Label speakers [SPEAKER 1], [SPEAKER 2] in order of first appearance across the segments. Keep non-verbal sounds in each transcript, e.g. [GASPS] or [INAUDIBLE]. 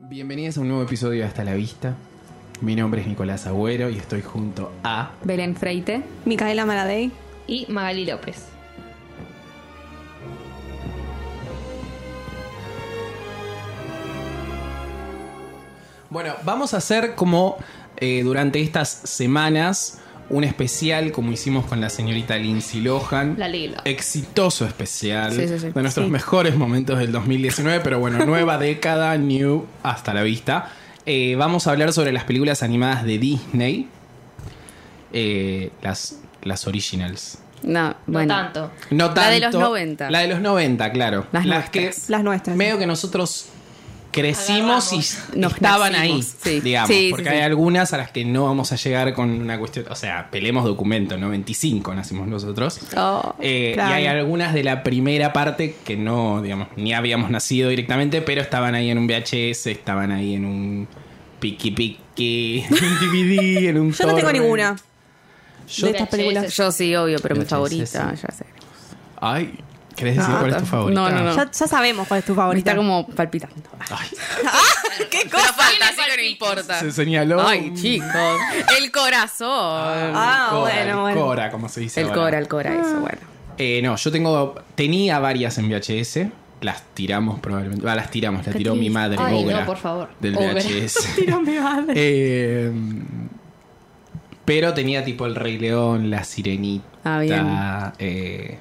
[SPEAKER 1] Bienvenidos a un nuevo episodio de Hasta la Vista. Mi nombre es Nicolás Agüero y estoy junto a...
[SPEAKER 2] Belén Freite
[SPEAKER 3] Micaela Maradei.
[SPEAKER 2] y Magali López.
[SPEAKER 1] Bueno, vamos a hacer como eh, durante estas semanas un especial como hicimos con la señorita Lindsay Lohan.
[SPEAKER 2] La Lilo.
[SPEAKER 4] Eh,
[SPEAKER 1] Exitoso especial
[SPEAKER 2] Sí, sí, sí.
[SPEAKER 1] de nuestros
[SPEAKER 2] Sí.
[SPEAKER 1] mejores momentos del 2019, pero
[SPEAKER 2] [LAUGHS]
[SPEAKER 1] bueno, nueva década, new, hasta la vista. Eh, vamos a hablar sobre las películas animadas de Disney, eh, las, las originals.
[SPEAKER 4] No, bueno.
[SPEAKER 2] No tanto.
[SPEAKER 1] No
[SPEAKER 4] La de los
[SPEAKER 1] tanto-
[SPEAKER 4] 90.
[SPEAKER 1] La de los 90, claro.
[SPEAKER 4] Las
[SPEAKER 1] que
[SPEAKER 4] nuestras.
[SPEAKER 3] Las nuestras.
[SPEAKER 1] medio que nosotros crecimos
[SPEAKER 2] Agarramos.
[SPEAKER 1] y
[SPEAKER 4] Nos
[SPEAKER 1] estaban ahí,
[SPEAKER 4] nacimos, sí.
[SPEAKER 1] digamos.
[SPEAKER 4] Sí, sí,
[SPEAKER 1] porque
[SPEAKER 4] sí.
[SPEAKER 1] hay algunas a las que no vamos a llegar con una cuestión. O sea, pelemos documento, 95 nacimos nosotros.
[SPEAKER 4] Oh,
[SPEAKER 1] Eh,
[SPEAKER 3] claro.
[SPEAKER 1] Y hay algunas de la primera parte que no, digamos, ni habíamos nacido directamente, pero estaban ahí en un VHS, estaban ahí en un piqui piqui, en
[SPEAKER 4] [LAUGHS]
[SPEAKER 1] un DVD, en un.
[SPEAKER 3] Yo no tengo
[SPEAKER 1] torrent.
[SPEAKER 3] ninguna.
[SPEAKER 1] Yo-
[SPEAKER 3] de estas películas.
[SPEAKER 4] yo sí, obvio, pero mi
[SPEAKER 1] VHS,
[SPEAKER 4] favorita,
[SPEAKER 1] sí.
[SPEAKER 4] ya sé.
[SPEAKER 1] Ay, ¿querés decir
[SPEAKER 4] No,
[SPEAKER 1] cuál es tu
[SPEAKER 4] no,
[SPEAKER 1] favorita?
[SPEAKER 4] no, no.
[SPEAKER 3] Ya, ya sabemos cuál es tu
[SPEAKER 4] Me
[SPEAKER 3] favorita.
[SPEAKER 4] está como palpitando.
[SPEAKER 1] Ay,
[SPEAKER 3] [LAUGHS]
[SPEAKER 4] ¿Qué cosa? falta, así que no importa.
[SPEAKER 1] se señaló.
[SPEAKER 4] Ay,
[SPEAKER 1] un-
[SPEAKER 4] chicos. El corazón.
[SPEAKER 3] Ah,
[SPEAKER 1] Cora,
[SPEAKER 3] bueno,
[SPEAKER 1] el
[SPEAKER 3] bueno.
[SPEAKER 1] Cora, como se dice.
[SPEAKER 4] el
[SPEAKER 1] ahora.
[SPEAKER 4] cora, el cora,
[SPEAKER 2] Ah.
[SPEAKER 4] eso, bueno.
[SPEAKER 1] Eh, no, yo tengo. Tenía varias en VHS. Las tiramos probablemente. Ah, las tiramos, la tiró mi madre.
[SPEAKER 2] Ay, no,
[SPEAKER 1] Ogra,
[SPEAKER 2] por favor.
[SPEAKER 1] Del
[SPEAKER 2] Ogra. [LAUGHS]
[SPEAKER 1] VHS.
[SPEAKER 3] Tiro mi madre.
[SPEAKER 1] Eh, pero tenía tipo El Rey León, La Sirenita.
[SPEAKER 4] Ah, bien.
[SPEAKER 1] eh,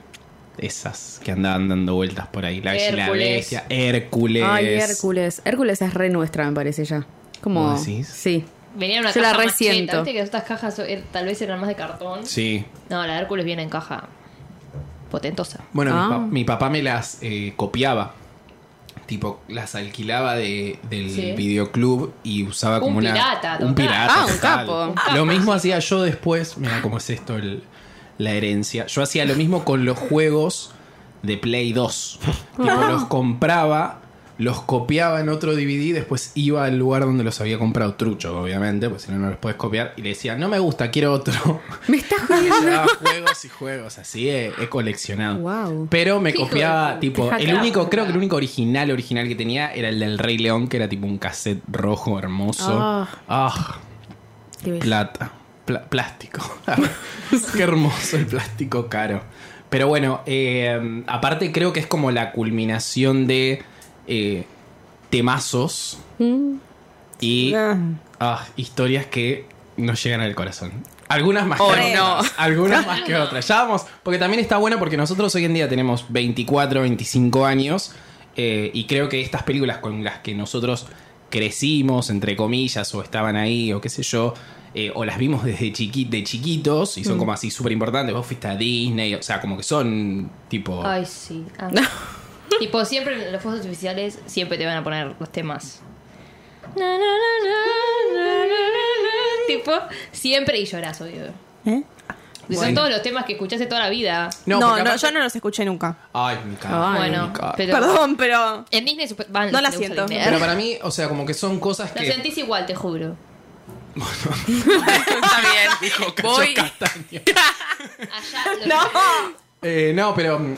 [SPEAKER 1] esas que andaban dando vueltas por ahí. La Bella y la
[SPEAKER 2] Hércules.
[SPEAKER 1] Bestia. Hércules.
[SPEAKER 4] Ay, Hércules. Hércules es re nuestra, me parece ya. Como.
[SPEAKER 1] ¿Vos decís?
[SPEAKER 4] Sí.
[SPEAKER 2] Venía en una
[SPEAKER 4] Yo
[SPEAKER 2] caja
[SPEAKER 4] la
[SPEAKER 2] más cheta.
[SPEAKER 4] resiento.
[SPEAKER 2] Viste que estas cajas eh, tal vez eran más de cartón.
[SPEAKER 1] Sí.
[SPEAKER 2] No, la de Hércules viene en caja potentosa.
[SPEAKER 1] Bueno, mi
[SPEAKER 4] Ah.
[SPEAKER 1] pa- mi, papá me las eh, copiaba. Tipo, las alquilaba de, del
[SPEAKER 2] Sí.
[SPEAKER 1] videoclub y usaba como
[SPEAKER 2] Un
[SPEAKER 1] una.
[SPEAKER 2] pirata,
[SPEAKER 1] Un
[SPEAKER 2] total.
[SPEAKER 1] pirata.
[SPEAKER 4] Ah, un
[SPEAKER 1] total.
[SPEAKER 4] capo. Un
[SPEAKER 1] Lo mismo hacía yo después. Mira cómo es esto el- la herencia. Yo hacía lo mismo con los juegos de Play 2. Tipo, los
[SPEAKER 2] Ah.
[SPEAKER 1] compraba. Los copiaba en otro DVD, después iba al lugar donde los había comprado trucho, obviamente, pues si no, no los puedes copiar. Y le decía, no me gusta, quiero otro.
[SPEAKER 4] Me está [LAUGHS]
[SPEAKER 1] Y
[SPEAKER 2] [LAUGHS]
[SPEAKER 4] jodiendo.
[SPEAKER 1] llevaba juegos y juegos, así he, he coleccionado.
[SPEAKER 4] Wow.
[SPEAKER 1] Pero me
[SPEAKER 2] Qué hijo de
[SPEAKER 1] copiaba,
[SPEAKER 2] puta.
[SPEAKER 1] tipo,
[SPEAKER 2] Hija de
[SPEAKER 1] el único,
[SPEAKER 2] puta.
[SPEAKER 1] creo que el único original, original que tenía era el del Rey León, que era tipo un cassette rojo hermoso.
[SPEAKER 4] Ah.
[SPEAKER 1] Ah,
[SPEAKER 4] Qué bello.
[SPEAKER 1] plata, Pla- plástico. [LAUGHS] Qué hermoso el plástico caro. Pero bueno, eh, aparte creo que es como la culminación de eh, temazos
[SPEAKER 4] Mm.
[SPEAKER 1] y
[SPEAKER 3] Ah.
[SPEAKER 1] Ah, historias que nos llegan al corazón. Algunas más
[SPEAKER 4] Oh,
[SPEAKER 1] que
[SPEAKER 4] no.
[SPEAKER 1] otras. [LAUGHS] Algunas más que otras. Ya vamos. Porque también está bueno porque nosotros hoy en día tenemos 24, 25 años. eh, y creo que estas películas con las que nosotros crecimos, entre comillas, o estaban ahí, o qué sé yo, eh, o las vimos desde chiqui de chiquitos y son como así súper importantes. Vos fuiste a Disney, o sea, como que son tipo.
[SPEAKER 2] Ay, sí. Ah. [LAUGHS] tipo, siempre en los fuegos artificiales siempre te van a poner los temas. Na, na, na, na, na, na, na. Tipo, siempre y lloras, obvio.
[SPEAKER 3] ¿Eh?
[SPEAKER 2] Y Son
[SPEAKER 1] Bueno.
[SPEAKER 2] todos los temas que escuchaste toda la vida.
[SPEAKER 3] No, no,
[SPEAKER 1] porque aparte-
[SPEAKER 3] yo no los escuché nunca.
[SPEAKER 1] Ay, me cago.
[SPEAKER 4] Ay,
[SPEAKER 2] bueno,
[SPEAKER 1] nunca.
[SPEAKER 2] pero
[SPEAKER 3] Perdón, pero.
[SPEAKER 2] en Disney supe- van
[SPEAKER 3] No la
[SPEAKER 2] le gusta
[SPEAKER 3] siento.
[SPEAKER 2] Disney. ¿eh?
[SPEAKER 1] Pero para mí, o sea, como que son cosas
[SPEAKER 2] Lo
[SPEAKER 1] que.
[SPEAKER 2] sentís igual, te juro.
[SPEAKER 1] [LAUGHS]
[SPEAKER 4] Está bien.
[SPEAKER 1] Cayó
[SPEAKER 4] Voy.
[SPEAKER 1] Castaño.
[SPEAKER 2] Allá lo-
[SPEAKER 1] [LAUGHS]
[SPEAKER 3] ¡No!
[SPEAKER 1] Eh, no, pero mm,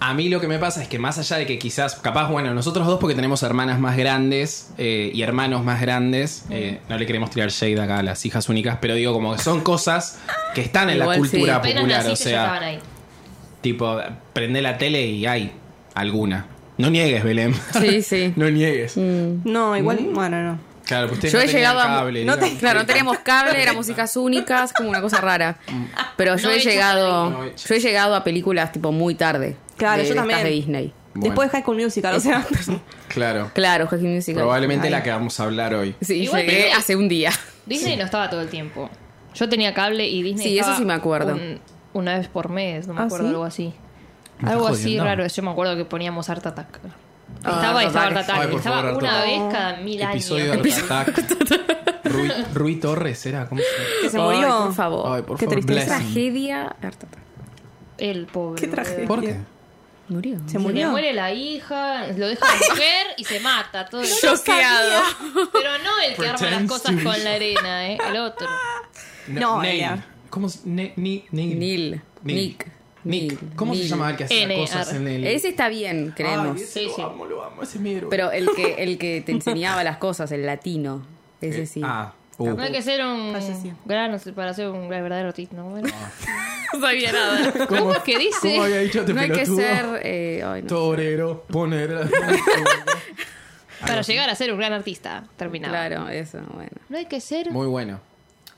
[SPEAKER 1] a mí lo que me pasa es que más allá de que quizás, capaz, bueno, nosotros dos porque tenemos hermanas más grandes eh, y hermanos más grandes, eh, no le queremos tirar shade acá a las hijas únicas, pero digo como que son cosas que están en la
[SPEAKER 4] Igual sí.
[SPEAKER 1] cultura
[SPEAKER 2] apenas
[SPEAKER 1] popular,
[SPEAKER 2] naciste
[SPEAKER 1] o
[SPEAKER 2] ya estaban
[SPEAKER 1] sea,
[SPEAKER 2] ahí.
[SPEAKER 1] tipo, prende la tele y hay alguna. No niegues, Belén.
[SPEAKER 4] Sí, sí.
[SPEAKER 1] [LAUGHS] no niegues.
[SPEAKER 3] No, igual.
[SPEAKER 1] Mm.
[SPEAKER 3] Bueno, no.
[SPEAKER 1] Claro, porque ustedes
[SPEAKER 4] Yo
[SPEAKER 1] no
[SPEAKER 4] he
[SPEAKER 1] tenían
[SPEAKER 4] llegado a.
[SPEAKER 1] cable,
[SPEAKER 4] no te-
[SPEAKER 1] digamos.
[SPEAKER 4] claro, no teníamos cable, eran músicas únicas, como una cosa rara. Pero yo
[SPEAKER 2] No
[SPEAKER 4] he
[SPEAKER 2] hechas
[SPEAKER 4] llegado.
[SPEAKER 1] por ahí. Mm. No hechas.
[SPEAKER 4] yo he llegado a películas tipo muy tarde.
[SPEAKER 3] Claro,
[SPEAKER 4] de-
[SPEAKER 3] yo
[SPEAKER 4] de estas
[SPEAKER 3] también.
[SPEAKER 4] de Disney.
[SPEAKER 1] Bueno.
[SPEAKER 3] Después de High School Musical, o sea. [LAUGHS]
[SPEAKER 1] Claro.
[SPEAKER 4] Claro, High School Musical.
[SPEAKER 1] Probablemente
[SPEAKER 4] Ay.
[SPEAKER 1] la que vamos a hablar hoy.
[SPEAKER 4] Sí,
[SPEAKER 2] Igual
[SPEAKER 4] llegué
[SPEAKER 2] que-
[SPEAKER 4] hace un día.
[SPEAKER 2] Disney no estaba todo el tiempo. Yo tenía cable y Disney.
[SPEAKER 4] Sí, eso
[SPEAKER 2] estaba
[SPEAKER 4] sí me acuerdo.
[SPEAKER 2] un- una vez por mes, no me
[SPEAKER 3] ¿Ah,
[SPEAKER 2] acuerdo,
[SPEAKER 3] sí?
[SPEAKER 2] algo así.
[SPEAKER 1] Me
[SPEAKER 2] Algo
[SPEAKER 1] estás
[SPEAKER 2] así
[SPEAKER 1] jodiendo.
[SPEAKER 2] raro. Yo me acuerdo que poníamos Art Attack.
[SPEAKER 4] Ah,
[SPEAKER 2] Estaba y estaba Art
[SPEAKER 4] Attack.
[SPEAKER 2] Attack.
[SPEAKER 1] Ay, por
[SPEAKER 2] estaba
[SPEAKER 1] favor, Art
[SPEAKER 2] una
[SPEAKER 1] Attack.
[SPEAKER 2] vez cada mil
[SPEAKER 1] Episodio de
[SPEAKER 2] años.
[SPEAKER 1] Art Attack. Rui, Rui Torres era, ¿cómo se llama?
[SPEAKER 3] Que se
[SPEAKER 4] Ay,
[SPEAKER 3] murió.
[SPEAKER 4] por favor.
[SPEAKER 1] Ay, por
[SPEAKER 3] Qué
[SPEAKER 1] favor,
[SPEAKER 3] tristeza.
[SPEAKER 1] blessing.
[SPEAKER 4] Tragedia.
[SPEAKER 2] El pobre.
[SPEAKER 3] Qué
[SPEAKER 2] boludo.
[SPEAKER 3] tragedia.
[SPEAKER 1] ¿Por qué?
[SPEAKER 4] Murió.
[SPEAKER 3] Se
[SPEAKER 2] Se le
[SPEAKER 3] murió.
[SPEAKER 2] muere la hija, lo deja la mujer y se mata. Todo eso.
[SPEAKER 4] Choqueado.
[SPEAKER 2] Pero no el que arma las
[SPEAKER 1] Pretends
[SPEAKER 2] cosas
[SPEAKER 1] to-
[SPEAKER 2] con la arena, ¿eh? el otro.
[SPEAKER 3] No, era.
[SPEAKER 1] ¿Cómo es? Ne- ni, Neil.
[SPEAKER 4] Neil.
[SPEAKER 1] Neil.
[SPEAKER 4] Nick.
[SPEAKER 1] Nick, ¿cómo se
[SPEAKER 4] Neil.
[SPEAKER 1] llama el que hacía
[SPEAKER 2] N,
[SPEAKER 1] cosas
[SPEAKER 2] ar.
[SPEAKER 1] en el.
[SPEAKER 4] Ese está bien,
[SPEAKER 1] Ay,
[SPEAKER 4] creemos.
[SPEAKER 1] ese
[SPEAKER 2] Sí, sí.
[SPEAKER 1] Lo amo, lo amo, ese es mi héroe.
[SPEAKER 4] Pero el que, el que te enseñaba las cosas, el latino. Ese sí.
[SPEAKER 1] Ah, uh.
[SPEAKER 2] No hay que ser un
[SPEAKER 3] Falleció.
[SPEAKER 2] gran para ser un gran verdadero tit, ¿no? Bueno.
[SPEAKER 1] Ah,
[SPEAKER 4] No sabía [LAUGHS] nada.
[SPEAKER 2] ¿Cómo, es que dice?
[SPEAKER 1] ¿Cómo había dicho te
[SPEAKER 4] No hay que
[SPEAKER 1] pelotudo?
[SPEAKER 4] ser. eh, ay, no.
[SPEAKER 1] Torero, poner.
[SPEAKER 2] Para llegar a ser un gran artista, terminado.
[SPEAKER 4] Claro, eso, bueno.
[SPEAKER 2] No hay que ser.
[SPEAKER 1] Muy bueno.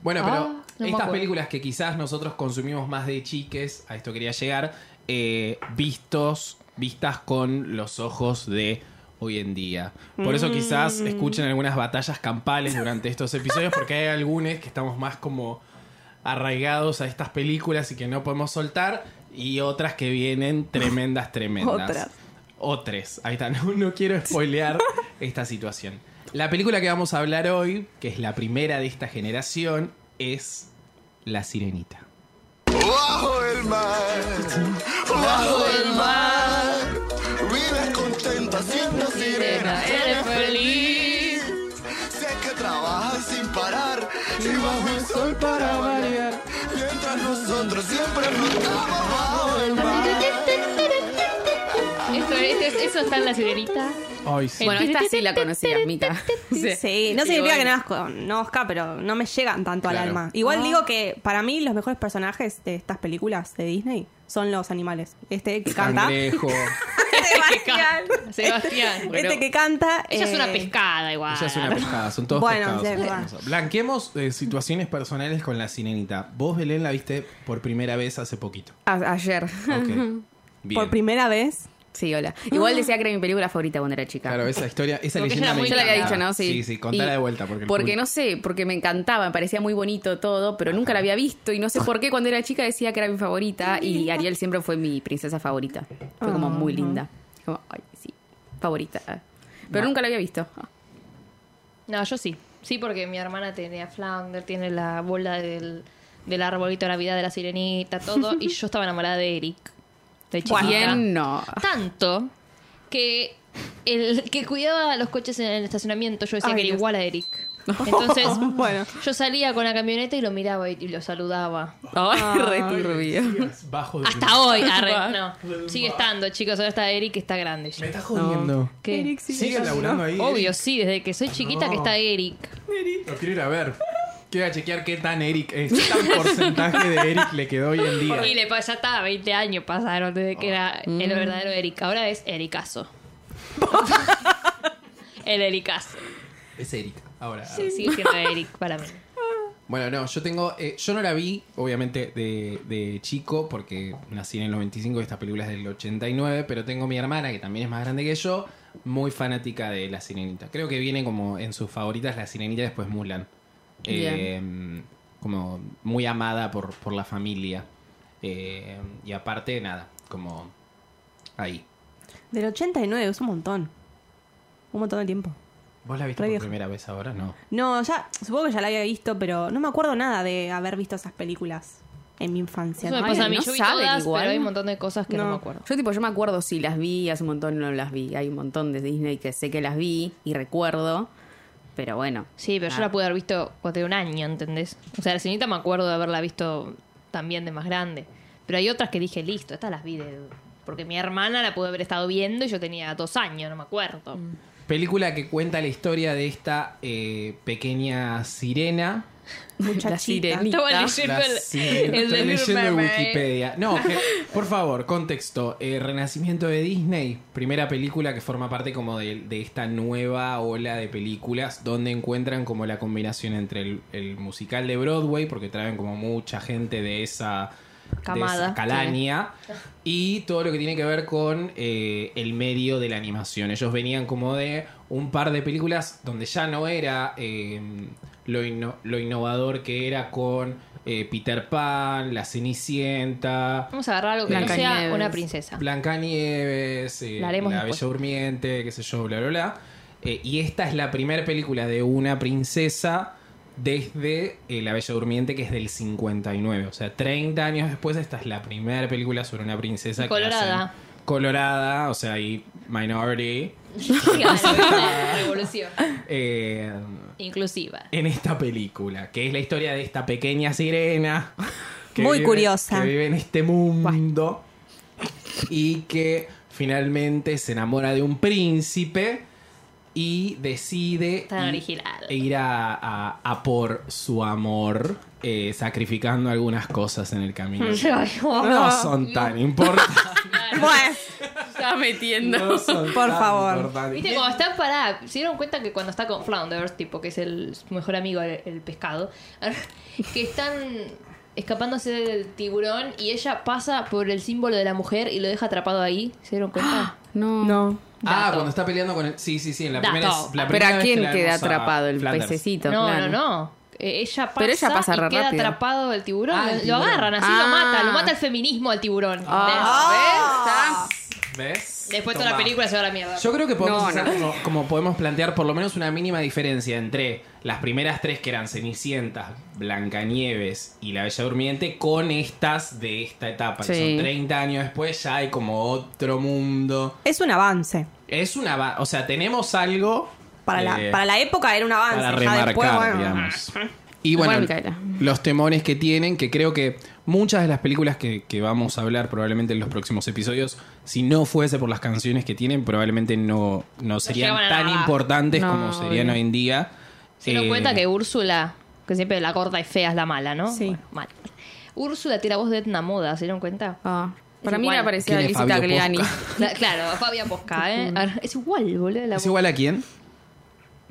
[SPEAKER 1] Bueno, pero
[SPEAKER 2] Ah, no me
[SPEAKER 1] estas
[SPEAKER 2] acuerdo.
[SPEAKER 1] películas que quizás nosotros consumimos más de chiques, a esto quería llegar, eh, vistos, vistas con los ojos de hoy en día. Por eso quizás
[SPEAKER 2] Mm.
[SPEAKER 1] escuchen algunas batallas campales durante estos episodios, porque hay algunos que estamos más como arraigados a estas películas y que no podemos soltar, y otras que vienen tremendas, tremendas.
[SPEAKER 3] Otras.
[SPEAKER 1] Otres. Ahí está. [LAUGHS] No, no quiero
[SPEAKER 3] [LAUGHS]
[SPEAKER 1] spoilear esta situación. La película que vamos a hablar hoy, que es la primera de esta generación, es La Sirenita.
[SPEAKER 5] Bajo el mar, bajo el mar, vives contenta siendo sirena.
[SPEAKER 2] Eres feliz.
[SPEAKER 5] Sé que trabajas sin parar y bajo el sol para variar. Mientras nosotros siempre flotamos bajo el mar.
[SPEAKER 2] Esto, es- eso está en la sirenita.
[SPEAKER 1] Ay, sí.
[SPEAKER 4] Bueno, esta sí la conocía, Mica.
[SPEAKER 3] Sí, no
[SPEAKER 4] [LAUGHS] sí,
[SPEAKER 3] significa
[SPEAKER 4] bueno.
[SPEAKER 3] que no las conozca, pero no me llegan tanto al
[SPEAKER 1] Claro.
[SPEAKER 3] alma. Igual digo que para mí los mejores personajes de estas películas de Disney son los animales. Este que canta. [LAUGHS]
[SPEAKER 1] [LAUGHS] Cangrejo. Este
[SPEAKER 3] Sebastián.
[SPEAKER 2] [LAUGHS] Sebastián. bueno.
[SPEAKER 3] Este que canta.
[SPEAKER 2] Ella es una
[SPEAKER 3] eh,
[SPEAKER 2] pescada igual.
[SPEAKER 1] Ella es una pescada, son todos
[SPEAKER 3] Bueno,
[SPEAKER 1] pescados.
[SPEAKER 3] sí,
[SPEAKER 1] son
[SPEAKER 3] verdad.
[SPEAKER 1] todos. Blanqueemos eh, situaciones personales con La Sirenita. Vos, Belén, la viste por primera vez hace poquito.
[SPEAKER 4] A- ayer.
[SPEAKER 3] [LAUGHS]
[SPEAKER 1] Ok. Bien.
[SPEAKER 3] Por primera vez.
[SPEAKER 4] Sí, hola. Igual decía que era mi película favorita cuando era chica.
[SPEAKER 1] Claro, esa historia, esa
[SPEAKER 2] Porque
[SPEAKER 1] leyenda
[SPEAKER 2] ella era
[SPEAKER 1] me
[SPEAKER 2] muy-
[SPEAKER 4] Yo la había
[SPEAKER 1] encanta.
[SPEAKER 4] dicho, ¿no? Sí.
[SPEAKER 1] Sí, sí, contala
[SPEAKER 4] Y-
[SPEAKER 1] de vuelta. Porque, el
[SPEAKER 4] Porque
[SPEAKER 1] público-
[SPEAKER 4] no sé, porque me encantaba, me parecía muy bonito todo, pero nunca la había visto y no sé por qué cuando era chica decía que era mi favorita y Ariel siempre fue mi princesa favorita. Fue como muy linda. Como, ay, sí, favorita. Pero nunca la había visto.
[SPEAKER 2] No, yo sí. Sí, porque mi hermana tenía Flounder, tiene la bola del, del arbolito de Navidad de la sirenita, todo. y yo estaba enamorada de Eric. De chiquita.
[SPEAKER 4] ¿Quién no?
[SPEAKER 2] Tanto que el que cuidaba los coches en el estacionamiento, yo decía
[SPEAKER 3] Ay,
[SPEAKER 2] que era
[SPEAKER 3] Dios.
[SPEAKER 2] igual a Eric. Entonces,
[SPEAKER 3] [LAUGHS] Bueno.
[SPEAKER 2] yo salía con la camioneta y lo miraba y, y lo saludaba.
[SPEAKER 4] [LAUGHS] Ay, re
[SPEAKER 1] Ay,
[SPEAKER 4] turbio.
[SPEAKER 1] decías, Bajo de
[SPEAKER 2] Hasta hoy, arre, no. Sigue estando, chicos. Ahora está Eric que está grande. ya.
[SPEAKER 1] Me estás jodiendo.
[SPEAKER 2] ¿Qué?
[SPEAKER 3] Eric, sí,
[SPEAKER 1] Sigue
[SPEAKER 3] sí,
[SPEAKER 1] laburando ahí.
[SPEAKER 2] Obvio, sí, desde que soy chiquita que
[SPEAKER 1] No.
[SPEAKER 2] está Eric.
[SPEAKER 1] Lo quiero ir a ver. Quiero ir a chequear qué tan Eric es, qué tan [LAUGHS] porcentaje de Eric le quedó hoy en día.
[SPEAKER 2] Y le pasa hasta 20 años pasaron desde que era el verdadero Eric. Ahora es [LAUGHS] Ericazo. el Ericazo.
[SPEAKER 1] Es Eric, ahora.
[SPEAKER 2] Sigue siendo Eric para mí.
[SPEAKER 1] Bueno, no, yo tengo. eh, yo no la vi, obviamente, de, de chico, porque nací en el 95 y esta película es del 89, pero tengo mi hermana, que también es más grande que yo, muy fanática de La Sirenita. Creo que viene como en sus favoritas La Sirenita y después Mulan. Eh, como muy amada por, por la familia. Eh, y aparte, nada, como ahí.
[SPEAKER 3] Del 89, es un montón. Un montón de tiempo.
[SPEAKER 1] ¿Vos la viste
[SPEAKER 3] Re
[SPEAKER 1] por
[SPEAKER 3] vieja.
[SPEAKER 1] primera vez ahora? No.
[SPEAKER 3] No, ya, supongo que ya la había visto, pero no me acuerdo nada de haber visto esas películas en mi infancia.
[SPEAKER 2] Eso me
[SPEAKER 3] ¿no?
[SPEAKER 2] pasa a mí.
[SPEAKER 4] no
[SPEAKER 2] Yo vi
[SPEAKER 4] saben
[SPEAKER 2] todas,
[SPEAKER 4] igual.
[SPEAKER 2] pero hay un montón de cosas que no,
[SPEAKER 3] No.
[SPEAKER 2] me acuerdo.
[SPEAKER 4] Yo tipo, yo me acuerdo si las vi, hace un montón no las vi. Hay un montón de Disney que sé que las vi y recuerdo, pero bueno.
[SPEAKER 2] Sí, pero
[SPEAKER 4] Ah.
[SPEAKER 2] yo la pude haber visto cuando tenía un año, ¿entendés? O sea, la señorita me acuerdo de haberla visto también de más grande. Pero hay otras que dije, listo, estas las vi de... Porque mi hermana la pudo haber estado viendo y yo tenía dos años, no me acuerdo.
[SPEAKER 1] Mm. Película que cuenta la historia de esta eh, pequeña sirena.
[SPEAKER 4] La sirenita.
[SPEAKER 2] Estaba leyendo
[SPEAKER 1] La
[SPEAKER 2] el,
[SPEAKER 1] sirena. Estoy
[SPEAKER 2] el de Little eh.
[SPEAKER 1] leyendo en
[SPEAKER 2] Mermaid.
[SPEAKER 1] Wikipedia. No,
[SPEAKER 2] [LAUGHS]
[SPEAKER 1] que- por favor, contexto. Eh, Renacimiento de Disney, primera película que forma parte como de, de esta nueva ola de películas donde encuentran como la combinación entre el, el musical de Broadway, porque traen como mucha gente de esa,
[SPEAKER 2] Camada.
[SPEAKER 1] de esa calaña, y todo lo que tiene que ver con eh, el medio de la animación. Ellos venían como de un par de películas donde ya no era... eh, lo, inno- lo innovador que era con eh, Peter Pan, La Cenicienta,
[SPEAKER 2] Vamos a agarrar algo que no sea
[SPEAKER 4] Blancanieves.
[SPEAKER 2] una princesa.
[SPEAKER 1] Blancanieves, eh,
[SPEAKER 2] La
[SPEAKER 1] La,
[SPEAKER 2] haremos después.
[SPEAKER 1] Bella Durmiente, qué sé yo, bla, bla, bla. Eh, y esta es la primera película de una princesa desde eh, La Bella Durmiente, que es del 59. O sea, 30 años después, esta es la primera película sobre una princesa. que
[SPEAKER 2] Colorada.
[SPEAKER 1] hacen- colorada, o sea, y
[SPEAKER 2] [LAUGHS]
[SPEAKER 1] Minority.
[SPEAKER 2] Revolución.
[SPEAKER 1] eh,
[SPEAKER 2] Inclusiva.
[SPEAKER 1] [LAUGHS]
[SPEAKER 4] [LAUGHS]
[SPEAKER 1] en esta película, que es la historia de esta pequeña sirena que
[SPEAKER 3] Muy
[SPEAKER 1] vive-
[SPEAKER 3] curiosa.
[SPEAKER 1] Que vive en este mundo y que finalmente se enamora de un príncipe y decide
[SPEAKER 2] Tan
[SPEAKER 1] i-
[SPEAKER 2] original.
[SPEAKER 1] ir a, a- a por su amor, eh, sacrificando algunas cosas en el camino. [LAUGHS] No son tan importantes.
[SPEAKER 3] Bueno,
[SPEAKER 4] Estaba metiendo.
[SPEAKER 1] no son
[SPEAKER 3] Por
[SPEAKER 1] tan
[SPEAKER 3] favor.
[SPEAKER 1] importantes.
[SPEAKER 2] Viste, cuando está parada, se dieron cuenta que cuando está con Flounders, tipo que es el su mejor amigo, el, el pescado, [LAUGHS] que están escapándose del tiburón y ella pasa por el símbolo de la mujer y lo deja atrapado ahí. ¿Se dieron cuenta?
[SPEAKER 4] No.
[SPEAKER 3] no.
[SPEAKER 1] Ah,
[SPEAKER 2] Dato.
[SPEAKER 1] cuando está peleando con el. Sí, sí, sí. En la
[SPEAKER 2] Dato.
[SPEAKER 1] primera, es- la
[SPEAKER 4] Pero
[SPEAKER 1] primera
[SPEAKER 4] ¿a
[SPEAKER 1] vez que
[SPEAKER 4] quién
[SPEAKER 1] la
[SPEAKER 4] queda
[SPEAKER 1] vemos a
[SPEAKER 4] atrapado el
[SPEAKER 1] Flanders.
[SPEAKER 4] pececito?
[SPEAKER 2] No,
[SPEAKER 4] Claro.
[SPEAKER 2] no, no. Eh, Ella pasa,
[SPEAKER 4] Pero ella pasa
[SPEAKER 2] y
[SPEAKER 4] re
[SPEAKER 2] queda
[SPEAKER 4] rápido.
[SPEAKER 2] atrapado el tiburón.
[SPEAKER 1] Ah, el
[SPEAKER 2] lo,
[SPEAKER 1] tiburón.
[SPEAKER 2] agarran, así
[SPEAKER 4] Ah.
[SPEAKER 2] lo mata. Lo mata el feminismo al tiburón.
[SPEAKER 4] Ah, ¿ves?
[SPEAKER 1] ¿Ves?
[SPEAKER 2] ¿Ves? Después toda
[SPEAKER 1] Toma.
[SPEAKER 2] la película se va a la mierda.
[SPEAKER 1] Yo creo que podemos
[SPEAKER 4] No,
[SPEAKER 1] hacer
[SPEAKER 4] no.
[SPEAKER 1] Como, como podemos plantear por lo menos una mínima diferencia entre las primeras tres que eran Cenicientas, Blancanieves y La Bella Durmiente con estas de esta etapa. que
[SPEAKER 4] Sí.
[SPEAKER 1] son 30 años después, ya hay como otro mundo.
[SPEAKER 3] Es un avance.
[SPEAKER 1] Es una... va- O sea, tenemos algo...
[SPEAKER 3] Para,
[SPEAKER 1] eh,
[SPEAKER 3] la, para la época era un avance.
[SPEAKER 1] para
[SPEAKER 3] ya
[SPEAKER 1] remarcar,
[SPEAKER 3] después, bueno.
[SPEAKER 1] digamos. Y
[SPEAKER 4] Bueno,
[SPEAKER 1] bueno,
[SPEAKER 4] Micaela.
[SPEAKER 1] los temores que tienen, que creo que muchas de las películas que, que vamos a hablar probablemente en los próximos episodios, si no fuese por las canciones que tienen, probablemente no, no serían
[SPEAKER 2] llegaban a
[SPEAKER 1] tan
[SPEAKER 2] nada.
[SPEAKER 1] importantes
[SPEAKER 4] No,
[SPEAKER 1] como serían
[SPEAKER 4] obvio.
[SPEAKER 1] hoy en día.
[SPEAKER 2] Se dieron
[SPEAKER 1] Eh,
[SPEAKER 2] cuenta que Úrsula, que siempre la corta y fea es la mala, ¿no?
[SPEAKER 3] Sí.
[SPEAKER 2] Bueno, mal. Úrsula tira voz de Etna Moda, ¿se dieron cuenta?
[SPEAKER 4] Ah,
[SPEAKER 2] Es
[SPEAKER 4] para mí
[SPEAKER 2] igual.
[SPEAKER 4] me parecía
[SPEAKER 1] ¿Quién es
[SPEAKER 4] Lizzie
[SPEAKER 1] Fabio
[SPEAKER 4] Tagliani.
[SPEAKER 1] Posca?
[SPEAKER 2] Cla- claro, Fabia Posca, ¿eh? A ver, Es igual, boludo. La
[SPEAKER 1] ¿Es igual a quién?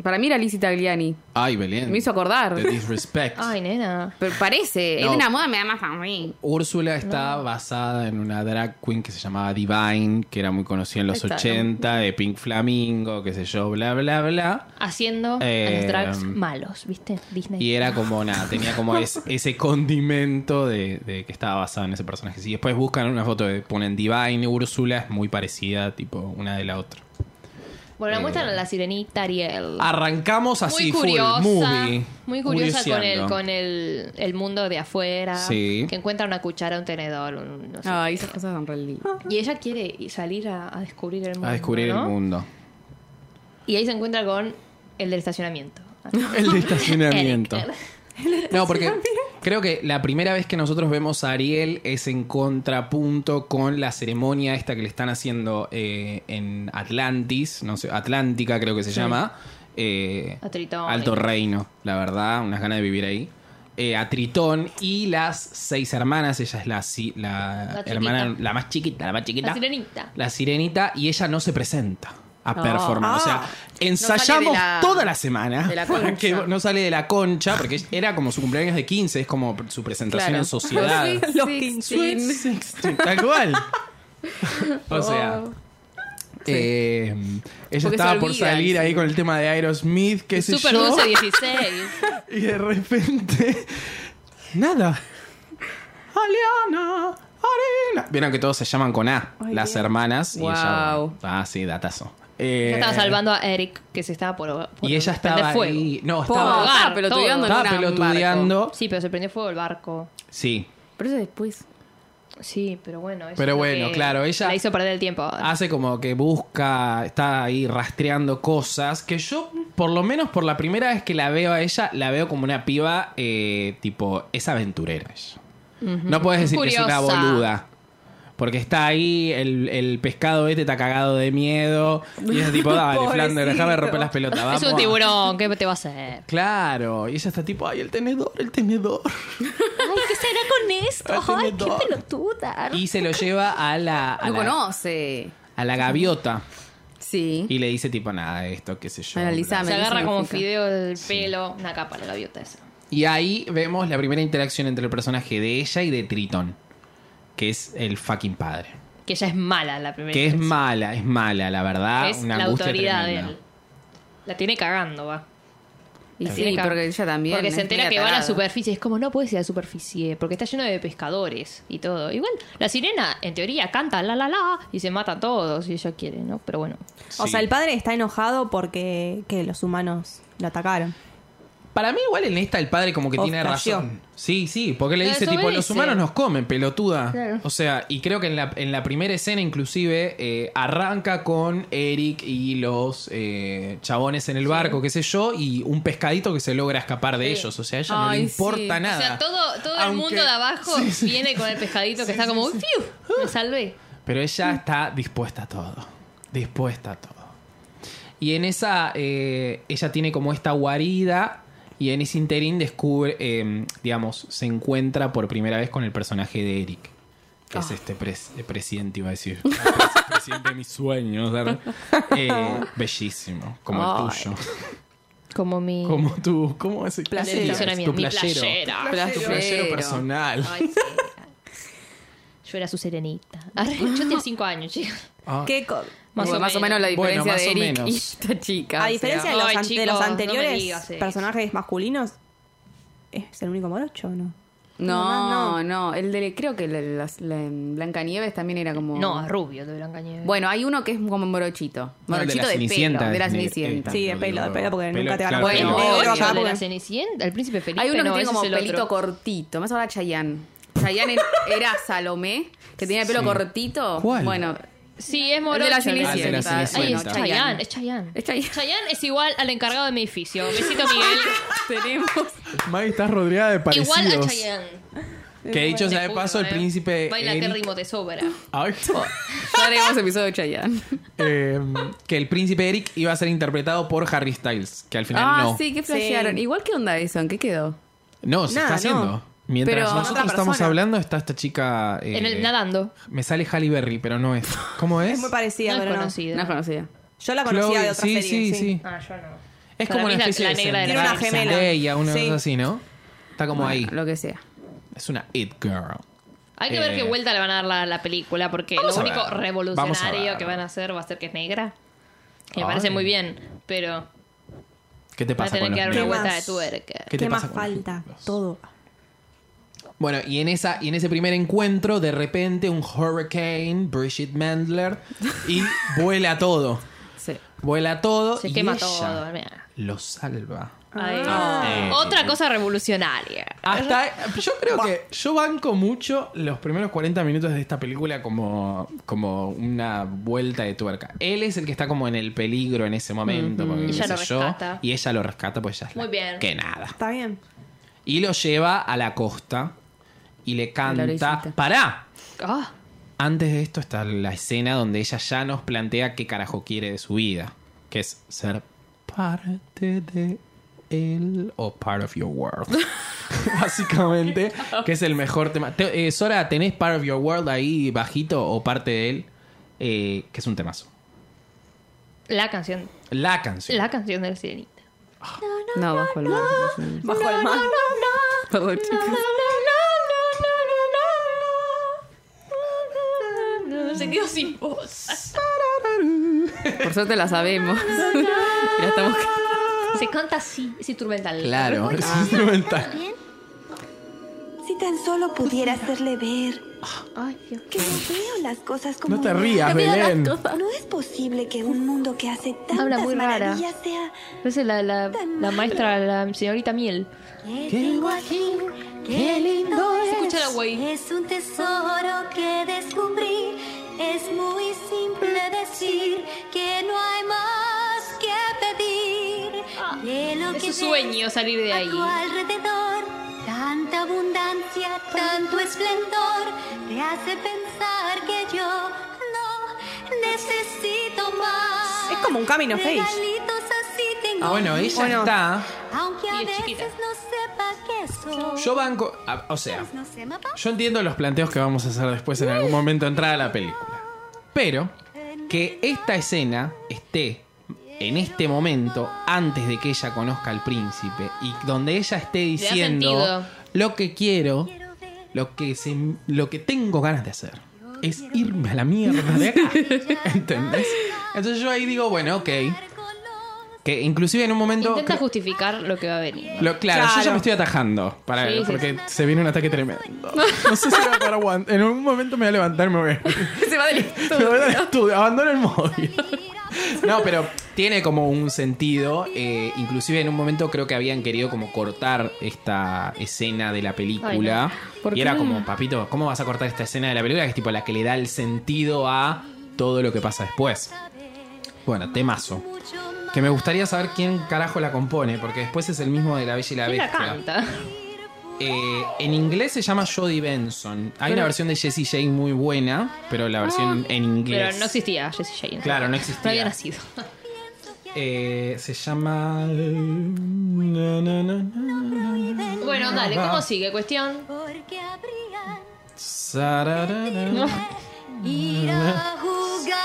[SPEAKER 4] Para mí era Lizzie Tagliani.
[SPEAKER 1] Ay, Belén.
[SPEAKER 4] Me hizo acordar.
[SPEAKER 1] The disrespect.
[SPEAKER 2] Ay, nena.
[SPEAKER 4] Pero parece.
[SPEAKER 1] No.
[SPEAKER 4] Es una moda me da más a mí.
[SPEAKER 1] Úrsula está basada en una drag queen que se llamaba Divine, que era muy conocida en los
[SPEAKER 4] Está, ¿no?
[SPEAKER 1] 80, de Pink Flamingo, qué sé yo, bla, bla, bla.
[SPEAKER 2] Haciendo a
[SPEAKER 1] Eh,
[SPEAKER 2] los drags malos, ¿viste? Disney.
[SPEAKER 1] Y era como nada, tenía como es- ese condimento de, de que estaba basado en ese personaje. Si después buscan una foto, de, ponen Divine, Úrsula, es muy parecida, tipo una de la otra. eh,
[SPEAKER 2] Bueno, la muestran a la sirenita Ariel.
[SPEAKER 1] Arrancamos así, full movie.
[SPEAKER 2] muy curiosa con el,
[SPEAKER 1] curioseando.
[SPEAKER 2] con el, el mundo de afuera.
[SPEAKER 1] Sí. Ah.
[SPEAKER 2] Que encuentra una cuchara, un tenedor, un- no sé.
[SPEAKER 4] Ay, esas cosas son re lindas.
[SPEAKER 2] Y ella quiere salir a, a descubrir el mundo.
[SPEAKER 1] A descubrir
[SPEAKER 2] ¿no?
[SPEAKER 1] el mundo.
[SPEAKER 2] Y ahí se encuentra con el
[SPEAKER 1] [LAUGHS]
[SPEAKER 2] del estacionamiento. Ah,
[SPEAKER 1] El de estacionamiento.
[SPEAKER 2] Eric.
[SPEAKER 1] No, porque creo que la primera vez que nosotros vemos a Ariel es en contrapunto con la ceremonia esta que le están haciendo eh, en Atlantis, no sé, Atlántica creo que se llama. eh,
[SPEAKER 2] A Tritón.
[SPEAKER 1] Alto Reino, la verdad, unas ganas de vivir ahí. Eh, a Tritón y las seis hermanas, ella es la, si- la
[SPEAKER 2] La
[SPEAKER 1] hermana,
[SPEAKER 2] chiquita.
[SPEAKER 1] la más chiquita, la más chiquita.
[SPEAKER 2] La sirenita.
[SPEAKER 1] La sirenita, y ella no se presenta a
[SPEAKER 4] No.
[SPEAKER 1] performar. O sea,
[SPEAKER 3] Ah.
[SPEAKER 1] ensayamos
[SPEAKER 4] de la-
[SPEAKER 1] toda la semana. [LAUGHS]
[SPEAKER 4] de la concha.
[SPEAKER 1] que no sale de la concha, porque era como su cumpleaños de 15, es como su presentación
[SPEAKER 4] Claro. [LAUGHS]
[SPEAKER 1] en sociedad.
[SPEAKER 3] Los
[SPEAKER 1] Sweet 16, Tal cual. o sea. eh, ella
[SPEAKER 4] Oh. Porque
[SPEAKER 1] estaba
[SPEAKER 4] se
[SPEAKER 1] por
[SPEAKER 4] olvida,
[SPEAKER 1] salir
[SPEAKER 4] sí.
[SPEAKER 1] ahí con el tema de Aerosmith, qué sé
[SPEAKER 2] Super
[SPEAKER 1] yo.
[SPEAKER 2] dulce 16.
[SPEAKER 1] [LAUGHS] Y de repente. Nada. Aliana, Arena. Vieron que todos se llaman con A,
[SPEAKER 3] Ay,
[SPEAKER 1] las
[SPEAKER 3] Dios.
[SPEAKER 1] hermanas. Y ella,
[SPEAKER 4] Guau.
[SPEAKER 1] ah, sí, datazo.
[SPEAKER 2] Yo
[SPEAKER 1] Eh,
[SPEAKER 2] estaba salvando a Eric, que se estaba por. por
[SPEAKER 1] Y ella estaba
[SPEAKER 2] prender fuego.
[SPEAKER 1] ahí. No,
[SPEAKER 4] Por
[SPEAKER 1] estaba,
[SPEAKER 2] Hogar,
[SPEAKER 4] estaba pelotudeando en
[SPEAKER 1] estaba
[SPEAKER 4] una- un barco.
[SPEAKER 1] pelotudeando.
[SPEAKER 2] Sí, pero se prendió fuego el barco.
[SPEAKER 1] Sí.
[SPEAKER 4] Pero eso después.
[SPEAKER 2] Sí, pero bueno. eso
[SPEAKER 1] Pero
[SPEAKER 2] es lo
[SPEAKER 1] bueno,
[SPEAKER 2] que
[SPEAKER 1] claro, ella- Ah,
[SPEAKER 2] La hizo perder el tiempo.
[SPEAKER 1] Hace como que busca, está ahí rastreando cosas. Que yo, por lo menos por la primera vez que la veo a ella, la veo como una piba, eh, tipo, es aventurera. ella. No puedes decir que es una
[SPEAKER 2] Curiosa.
[SPEAKER 1] boluda. Porque está ahí, el, el pescado este está cagado de miedo. Y es
[SPEAKER 2] [LAUGHS]
[SPEAKER 1] tipo, dale, Flander, déjame romper las pelotas.
[SPEAKER 2] es
[SPEAKER 1] vamos
[SPEAKER 2] un
[SPEAKER 1] a-
[SPEAKER 2] tiburón, ¿qué te va a hacer?
[SPEAKER 1] Claro, y ella está tipo, ay, el tenedor, el tenedor.
[SPEAKER 2] [LAUGHS] Ay, ¿qué será con esto?
[SPEAKER 1] Ay, qué
[SPEAKER 2] pelotuda.
[SPEAKER 1] Y se lo lleva a la, a
[SPEAKER 4] Lo
[SPEAKER 1] la,
[SPEAKER 4] conoce.
[SPEAKER 1] a la gaviota.
[SPEAKER 4] Sí.
[SPEAKER 1] Y le dice tipo, nada, esto, qué sé yo.
[SPEAKER 4] Analizame.
[SPEAKER 2] Se agarra
[SPEAKER 4] Significa.
[SPEAKER 2] como fideo el pelo, una capa la gaviota esa.
[SPEAKER 1] Y ahí vemos la primera interacción entre el personaje de ella y de Tritón, que es el fucking padre.
[SPEAKER 2] Que ella es mala la primera
[SPEAKER 1] Que es
[SPEAKER 2] impresión.
[SPEAKER 1] mala, es mala, la verdad.
[SPEAKER 2] Es
[SPEAKER 1] una
[SPEAKER 2] la
[SPEAKER 1] angustia
[SPEAKER 2] autoridad
[SPEAKER 1] tremenda.
[SPEAKER 2] de él. La tiene cagando, va.
[SPEAKER 4] Y
[SPEAKER 2] La
[SPEAKER 4] sí,
[SPEAKER 2] tiene ca-
[SPEAKER 4] porque ella también.
[SPEAKER 2] Porque
[SPEAKER 4] es
[SPEAKER 2] se entera
[SPEAKER 4] media
[SPEAKER 2] que va a la
[SPEAKER 4] tarada.
[SPEAKER 2] superficie. Es como, no puedes ir a la superficie, porque está lleno de pescadores y todo. Igual, la sirena, en teoría, canta la la la y se mata a todos si ella quiere, ¿no? Pero bueno.
[SPEAKER 3] O
[SPEAKER 1] Sí.
[SPEAKER 3] sea, el padre está enojado porque que los humanos lo atacaron.
[SPEAKER 1] Para mí igual en esta el padre como que tiene
[SPEAKER 3] Obsesión.
[SPEAKER 1] razón. Sí, sí, porque le
[SPEAKER 2] Lo
[SPEAKER 1] dice tipo, los
[SPEAKER 2] desobedece.
[SPEAKER 1] humanos nos comen, pelotuda.
[SPEAKER 2] Claro.
[SPEAKER 1] O sea, y creo que en la, en la primera escena inclusive eh, arranca con Eric y los eh, chabones en el barco, qué sé yo, y un pescadito que se logra escapar de
[SPEAKER 2] Sí.
[SPEAKER 1] ellos. O sea, a ella no le
[SPEAKER 4] Ay,
[SPEAKER 1] importa
[SPEAKER 4] sí. O sea,
[SPEAKER 1] nada.
[SPEAKER 2] O sea, todo, todo el
[SPEAKER 1] Aunque-
[SPEAKER 2] mundo de abajo
[SPEAKER 1] Sí, sí.
[SPEAKER 2] viene con el pescadito que está como, ¡fiu! Me salvé.
[SPEAKER 1] Pero ella está dispuesta a todo. Dispuesta a todo. Y en esa, eh, ella tiene como esta guarida y en ese interín descubre, eh, digamos, se encuentra por primera vez con el personaje de Eric. Que es este pres- eh, presidente, iba a [LAUGHS] decir. Ah, pres- presidente de mis sueños. ¿verdad? Eh, bellísimo, como
[SPEAKER 4] Ay.
[SPEAKER 1] el tuyo.
[SPEAKER 2] Como mi.
[SPEAKER 1] Como tú, ¿cómo es el
[SPEAKER 3] Placero.
[SPEAKER 1] Tu playero.
[SPEAKER 4] Pero
[SPEAKER 1] Tu playero personal.
[SPEAKER 2] Ay, sí. Yo era su serenita. Arre, Yo tenía cinco años, chicos.
[SPEAKER 1] Ah,
[SPEAKER 3] ¿Qué co-
[SPEAKER 4] Más, o, más o menos la
[SPEAKER 1] Bueno,
[SPEAKER 4] diferencia
[SPEAKER 1] más
[SPEAKER 4] de
[SPEAKER 1] o
[SPEAKER 4] Eric y
[SPEAKER 1] menos.
[SPEAKER 4] esta chica.
[SPEAKER 3] a
[SPEAKER 4] o
[SPEAKER 3] diferencia
[SPEAKER 4] sea.
[SPEAKER 3] de, los
[SPEAKER 2] Ay,
[SPEAKER 3] an- de los
[SPEAKER 2] chicos, no me
[SPEAKER 3] anteriores
[SPEAKER 2] digas eso.
[SPEAKER 3] personajes masculinos, ¿es el único morocho o no?
[SPEAKER 4] No,
[SPEAKER 3] No,
[SPEAKER 4] no, el de creo que la, la- la- Blancanieves también era como
[SPEAKER 2] No, es rubio, de Blanca Nieves.
[SPEAKER 4] Bueno, hay uno que es como morochito,
[SPEAKER 1] No, el
[SPEAKER 4] morochito
[SPEAKER 1] Ah, la
[SPEAKER 4] de, pelo,
[SPEAKER 1] Cenicienta
[SPEAKER 4] de la
[SPEAKER 1] es negro,
[SPEAKER 4] Cenicienta.
[SPEAKER 1] eh,
[SPEAKER 3] Sí, de
[SPEAKER 1] no
[SPEAKER 3] pelo,
[SPEAKER 1] digo-
[SPEAKER 3] de pelo, porque nunca te van a
[SPEAKER 1] claro,
[SPEAKER 4] poner
[SPEAKER 1] no.
[SPEAKER 4] negro.
[SPEAKER 2] Ocho
[SPEAKER 4] acá,
[SPEAKER 2] de la
[SPEAKER 3] porque-
[SPEAKER 2] Cenicienta, el príncipe Felipe.
[SPEAKER 4] Hay uno que
[SPEAKER 2] Este no,
[SPEAKER 4] tiene
[SPEAKER 2] ese
[SPEAKER 4] como
[SPEAKER 2] es el
[SPEAKER 4] pelito
[SPEAKER 2] otro.
[SPEAKER 4] cortito. Más ahora Chayanne. Chayanne era Salomé, que tenía el pelo
[SPEAKER 1] Sí.
[SPEAKER 4] cortito.
[SPEAKER 1] ¿Cuál?
[SPEAKER 4] Bueno,
[SPEAKER 2] Sí, es
[SPEAKER 4] el
[SPEAKER 2] morocho.
[SPEAKER 4] de la
[SPEAKER 2] Ah, el
[SPEAKER 4] Cenicienta.
[SPEAKER 1] Ah, de la Cenicienta.
[SPEAKER 2] Ay, es
[SPEAKER 1] Bueno,
[SPEAKER 2] Chayanne, es Chayanne.
[SPEAKER 4] Es Chayanne.
[SPEAKER 2] Chayanne es igual al encargado de mi edificio. Besito, Miguel.
[SPEAKER 4] [LAUGHS] Tenemos.
[SPEAKER 1] Maggie, estás rodeada de parecidos.
[SPEAKER 2] Igual a Chayanne.
[SPEAKER 1] Que dicho sea de
[SPEAKER 2] Te juro,
[SPEAKER 1] paso, el
[SPEAKER 2] eh.
[SPEAKER 1] príncipe.
[SPEAKER 2] Baila
[SPEAKER 1] Eric-
[SPEAKER 2] que ritmo te sobra.
[SPEAKER 1] [LAUGHS] Ay,
[SPEAKER 4] Ya haremos episodio de Chayanne.
[SPEAKER 1] eh, que el príncipe Eric iba a ser interpretado por Harry Styles, que al final
[SPEAKER 4] Ah,
[SPEAKER 1] no.
[SPEAKER 4] sí, que flashearon.
[SPEAKER 3] Sí.
[SPEAKER 4] Igual, ¿qué onda eso? ¿En qué quedó?
[SPEAKER 1] No, se
[SPEAKER 3] Nada,
[SPEAKER 1] está haciendo.
[SPEAKER 3] no.
[SPEAKER 1] Mientras
[SPEAKER 4] Pero-
[SPEAKER 1] nosotros
[SPEAKER 3] Otra
[SPEAKER 1] estamos
[SPEAKER 3] persona.
[SPEAKER 1] hablando, está esta chica. eh,
[SPEAKER 2] En el nadando.
[SPEAKER 1] Me sale Halle Berry, pero no es. ¿Cómo es?
[SPEAKER 3] Es muy parecida,
[SPEAKER 2] no es
[SPEAKER 3] pero no.
[SPEAKER 2] conocida.
[SPEAKER 4] No es conocida.
[SPEAKER 3] Yo la conocía
[SPEAKER 1] Chloe-
[SPEAKER 3] de otra
[SPEAKER 1] sí,
[SPEAKER 3] serie.
[SPEAKER 1] sí, sí.
[SPEAKER 2] Ah, yo no.
[SPEAKER 1] Es
[SPEAKER 2] Para
[SPEAKER 1] como
[SPEAKER 2] mí
[SPEAKER 1] una
[SPEAKER 2] la-
[SPEAKER 1] especie
[SPEAKER 2] la
[SPEAKER 1] de
[SPEAKER 2] negra
[SPEAKER 1] Zendaya,
[SPEAKER 2] de la
[SPEAKER 3] Tiene una gemela.
[SPEAKER 1] Zendaya, una
[SPEAKER 3] Sí.
[SPEAKER 1] cosa así, ¿no? Está como ahí.
[SPEAKER 4] Lo que sea.
[SPEAKER 1] Es una it girl.
[SPEAKER 2] Hay que ver
[SPEAKER 1] Eh,
[SPEAKER 2] qué vuelta le van a dar la, la película, porque
[SPEAKER 1] Vamos a
[SPEAKER 2] lo único
[SPEAKER 1] ver, vamos a
[SPEAKER 2] revolucionario
[SPEAKER 1] ver.
[SPEAKER 2] que van a hacer va a ser que es negra. Que me
[SPEAKER 1] Ay.
[SPEAKER 2] parece muy bien, pero
[SPEAKER 1] ¿Qué te
[SPEAKER 2] va a
[SPEAKER 1] pasa
[SPEAKER 2] tener
[SPEAKER 1] con
[SPEAKER 2] que dar
[SPEAKER 1] los
[SPEAKER 2] una
[SPEAKER 1] negros?
[SPEAKER 3] negros?
[SPEAKER 2] vuelta de tuerca.
[SPEAKER 1] ¿Qué
[SPEAKER 3] ¿Qué,
[SPEAKER 1] te
[SPEAKER 3] más
[SPEAKER 1] pasa con los
[SPEAKER 3] falta?
[SPEAKER 1] ejemplos?
[SPEAKER 3] Todo.
[SPEAKER 1] Bueno, y en, esa, y en ese primer encuentro, de repente, un hurricane, Bridget Mandler,
[SPEAKER 2] [LAUGHS]
[SPEAKER 1] y vuela todo.
[SPEAKER 4] Sí.
[SPEAKER 1] Vuela todo.
[SPEAKER 2] Se
[SPEAKER 1] y
[SPEAKER 2] quema
[SPEAKER 1] ella
[SPEAKER 2] todo, mira.
[SPEAKER 1] Lo salva.
[SPEAKER 2] Ay.
[SPEAKER 1] Ah. Eh.
[SPEAKER 2] Otra cosa revolucionaria.
[SPEAKER 1] Hasta, yo creo que yo banco mucho los primeros 40 minutos de esta película como, como una vuelta de tuerca. Él es el que está como en el peligro en ese momento, porque
[SPEAKER 2] Ella
[SPEAKER 1] qué
[SPEAKER 2] lo
[SPEAKER 1] sé yo,
[SPEAKER 2] rescata.
[SPEAKER 1] y ella lo rescata, pues ya es la-
[SPEAKER 2] Muy bien.
[SPEAKER 1] que nada.
[SPEAKER 3] Está bien.
[SPEAKER 1] Y lo lleva a la costa y le canta,
[SPEAKER 4] orillita.
[SPEAKER 1] pará,
[SPEAKER 2] Ah,
[SPEAKER 1] Antes de esto está la escena donde ella ya nos plantea qué carajo quiere de su vida, que es ser parte de él o part of your world. Básicamente, que es el mejor tema. Te- eh, Sora, ¿tenés part of your world ahí bajito o parte de él? Eh, que es un temazo.
[SPEAKER 2] la canción.
[SPEAKER 1] La canción.
[SPEAKER 2] La canción del sirenita.
[SPEAKER 4] No, bajo el mar.
[SPEAKER 3] Bajo el mar.
[SPEAKER 4] Perdón, chicos.
[SPEAKER 2] Se quedó sin voz.
[SPEAKER 4] Por suerte la sabemos. [LAUGHS] Y la estamos...
[SPEAKER 2] Se canta así, así turmental.
[SPEAKER 1] Claro, [LAUGHS] es instrumental.
[SPEAKER 6] Si tan solo pudiera hacerle ver
[SPEAKER 2] Ay, Dios.
[SPEAKER 6] que no veo las cosas como...
[SPEAKER 1] No te
[SPEAKER 6] ella.
[SPEAKER 1] rías, Belén.
[SPEAKER 6] No es posible que un mundo que hace
[SPEAKER 2] Habla
[SPEAKER 6] tantas
[SPEAKER 2] muy rara.
[SPEAKER 6] maravillas sea...
[SPEAKER 2] Parece la, la,
[SPEAKER 6] Tan
[SPEAKER 2] la
[SPEAKER 6] mal.
[SPEAKER 2] maestra, la señorita Miel.
[SPEAKER 6] ¿Qué tengo aquí? ¡Qué lindo es!
[SPEAKER 2] Escucha la güey.
[SPEAKER 6] Es un tesoro que descubrí. Es muy simple decir que no hay más que pedir. De lo
[SPEAKER 2] Ah. Es
[SPEAKER 6] que
[SPEAKER 2] su sueño salir de
[SPEAKER 6] ves
[SPEAKER 2] ahí.
[SPEAKER 6] A tu alrededor, tanta abundancia, tanto esplendor, te hace pensar que yo no necesito más.
[SPEAKER 3] Es como un camino face.
[SPEAKER 6] Regalitos así tengo.
[SPEAKER 1] Ah, Bueno, ella
[SPEAKER 3] Bueno.
[SPEAKER 1] está.
[SPEAKER 6] Aunque a
[SPEAKER 2] Y es
[SPEAKER 6] veces
[SPEAKER 2] chiquita.
[SPEAKER 6] no sepa qué soy.
[SPEAKER 1] Yo banco. a- O sea,
[SPEAKER 6] No sé, papá.
[SPEAKER 1] Yo entiendo los planteos que vamos a hacer después en algún momento entrada a la película. Pero que esta escena esté en este momento, antes de que ella conozca al príncipe, y donde ella esté
[SPEAKER 2] da
[SPEAKER 1] diciendo
[SPEAKER 2] sentido.
[SPEAKER 1] lo que quiero, lo que, se, lo que tengo ganas de hacer, es irme a la mierda de
[SPEAKER 2] [LAUGHS]
[SPEAKER 1] acá. ¿Entendés? Entonces yo ahí digo, bueno, ok. Que inclusive en un momento.
[SPEAKER 2] Intenta
[SPEAKER 1] cre-
[SPEAKER 2] justificar lo que va a venir.
[SPEAKER 1] [LAUGHS] lo- claro, yo
[SPEAKER 3] Claro.
[SPEAKER 1] ya me estoy atajando. Para,
[SPEAKER 2] Sí, sí.
[SPEAKER 1] porque se viene un ataque tremendo. No sé si voy a poder aguantar. En algún momento me voy a levantar y me voy a ir.
[SPEAKER 4] Se va
[SPEAKER 1] Me
[SPEAKER 4] del
[SPEAKER 1] voy
[SPEAKER 4] estudio.
[SPEAKER 1] al estudio. Abandono el móvil. No, pero tiene como un sentido. eh, inclusive en un momento creo que habían querido como cortar esta escena de la película.
[SPEAKER 4] ¿Por
[SPEAKER 1] Y era
[SPEAKER 4] qué?
[SPEAKER 1] como, papito, ¿cómo vas a cortar esta escena de la película? Que es tipo la que le da el sentido a todo lo que pasa después. Bueno, temazo. Que me gustaría saber quién carajo la compone, porque después es el mismo de La Bella y la
[SPEAKER 2] ¿Quién la
[SPEAKER 1] Bestia.
[SPEAKER 2] canta?
[SPEAKER 1] Eh, en inglés se llama Jodie Benson. Hay una versión de Jessie J muy buena, pero la
[SPEAKER 2] Ah.
[SPEAKER 1] versión en inglés.
[SPEAKER 2] Pero no existía Jessie Jane.
[SPEAKER 1] Claro, no
[SPEAKER 2] No
[SPEAKER 1] existía.
[SPEAKER 2] había nacido. [LAUGHS]
[SPEAKER 1] Eh, se llama. Na, na, na, na, na.
[SPEAKER 2] Bueno, dale,
[SPEAKER 1] Ah.
[SPEAKER 2] ¿cómo sigue? Cuestión.
[SPEAKER 6] Porque habrían
[SPEAKER 1] Sararara.
[SPEAKER 6] ir a jugar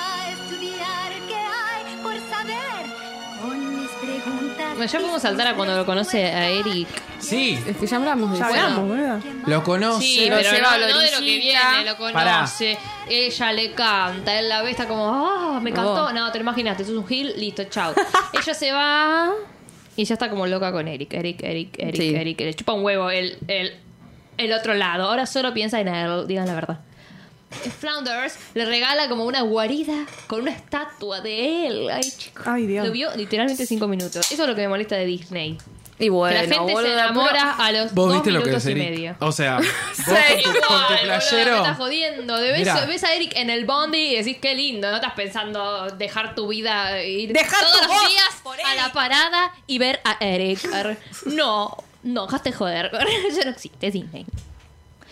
[SPEAKER 6] a estudiar qué hay por saber con mis preguntas.
[SPEAKER 2] Bueno, ya podemos saltar a cuando lo conoce a Eric.
[SPEAKER 1] Sí,
[SPEAKER 4] Es que ya hablamos de
[SPEAKER 3] Ya
[SPEAKER 4] eso.
[SPEAKER 3] hablamos, boludo.
[SPEAKER 1] lo conoce.
[SPEAKER 2] Sí,
[SPEAKER 4] lo
[SPEAKER 2] pero
[SPEAKER 4] lleva
[SPEAKER 2] no,
[SPEAKER 4] a la
[SPEAKER 2] no de lo que
[SPEAKER 4] orillita.
[SPEAKER 2] viene, lo
[SPEAKER 1] Pará.
[SPEAKER 2] conoce. Ella le canta, él la ve, está como, ah, me cantó.
[SPEAKER 4] Oh.
[SPEAKER 2] No, te lo imaginaste, sos un gil, listo,
[SPEAKER 4] [LAUGHS]
[SPEAKER 2] chao. Ella se va y ya está como loca con Eric, Eric, Eric, Eric,
[SPEAKER 4] Sí.
[SPEAKER 2] Eric. Le chupa un huevo el, el, el otro lado. Ahora solo piensa en él, digan la verdad. Flounders le regala como una guarida con una estatua de él. Ay, chico.
[SPEAKER 3] Ay, Dios.
[SPEAKER 2] Lo vio literalmente cinco minutos. Eso es lo que me molesta de Disney.
[SPEAKER 4] Y bueno,
[SPEAKER 2] que la gente se
[SPEAKER 4] boluda,
[SPEAKER 2] enamora a los
[SPEAKER 1] Vos
[SPEAKER 2] dos
[SPEAKER 1] viste lo
[SPEAKER 2] minutos
[SPEAKER 1] que
[SPEAKER 2] y
[SPEAKER 1] es Eric?
[SPEAKER 2] medio.
[SPEAKER 1] O sea,
[SPEAKER 2] [LAUGHS]
[SPEAKER 1] vos con
[SPEAKER 2] Sí,
[SPEAKER 1] tu, con
[SPEAKER 2] igual,
[SPEAKER 1] tu
[SPEAKER 2] boludo, me
[SPEAKER 1] playero.
[SPEAKER 2] estás jodiendo. De ves,
[SPEAKER 1] Mirá.
[SPEAKER 2] ves a Eric en el bondi y decís qué lindo. No estás pensando dejar tu vida e ir
[SPEAKER 3] Dejar
[SPEAKER 2] todos
[SPEAKER 3] tu
[SPEAKER 2] los
[SPEAKER 3] voz
[SPEAKER 2] días
[SPEAKER 3] por
[SPEAKER 2] a la
[SPEAKER 3] Eric.
[SPEAKER 2] parada y ver a Eric. Ar- No, no, dejaste de joder. [LAUGHS] Eso no existe, es Disney.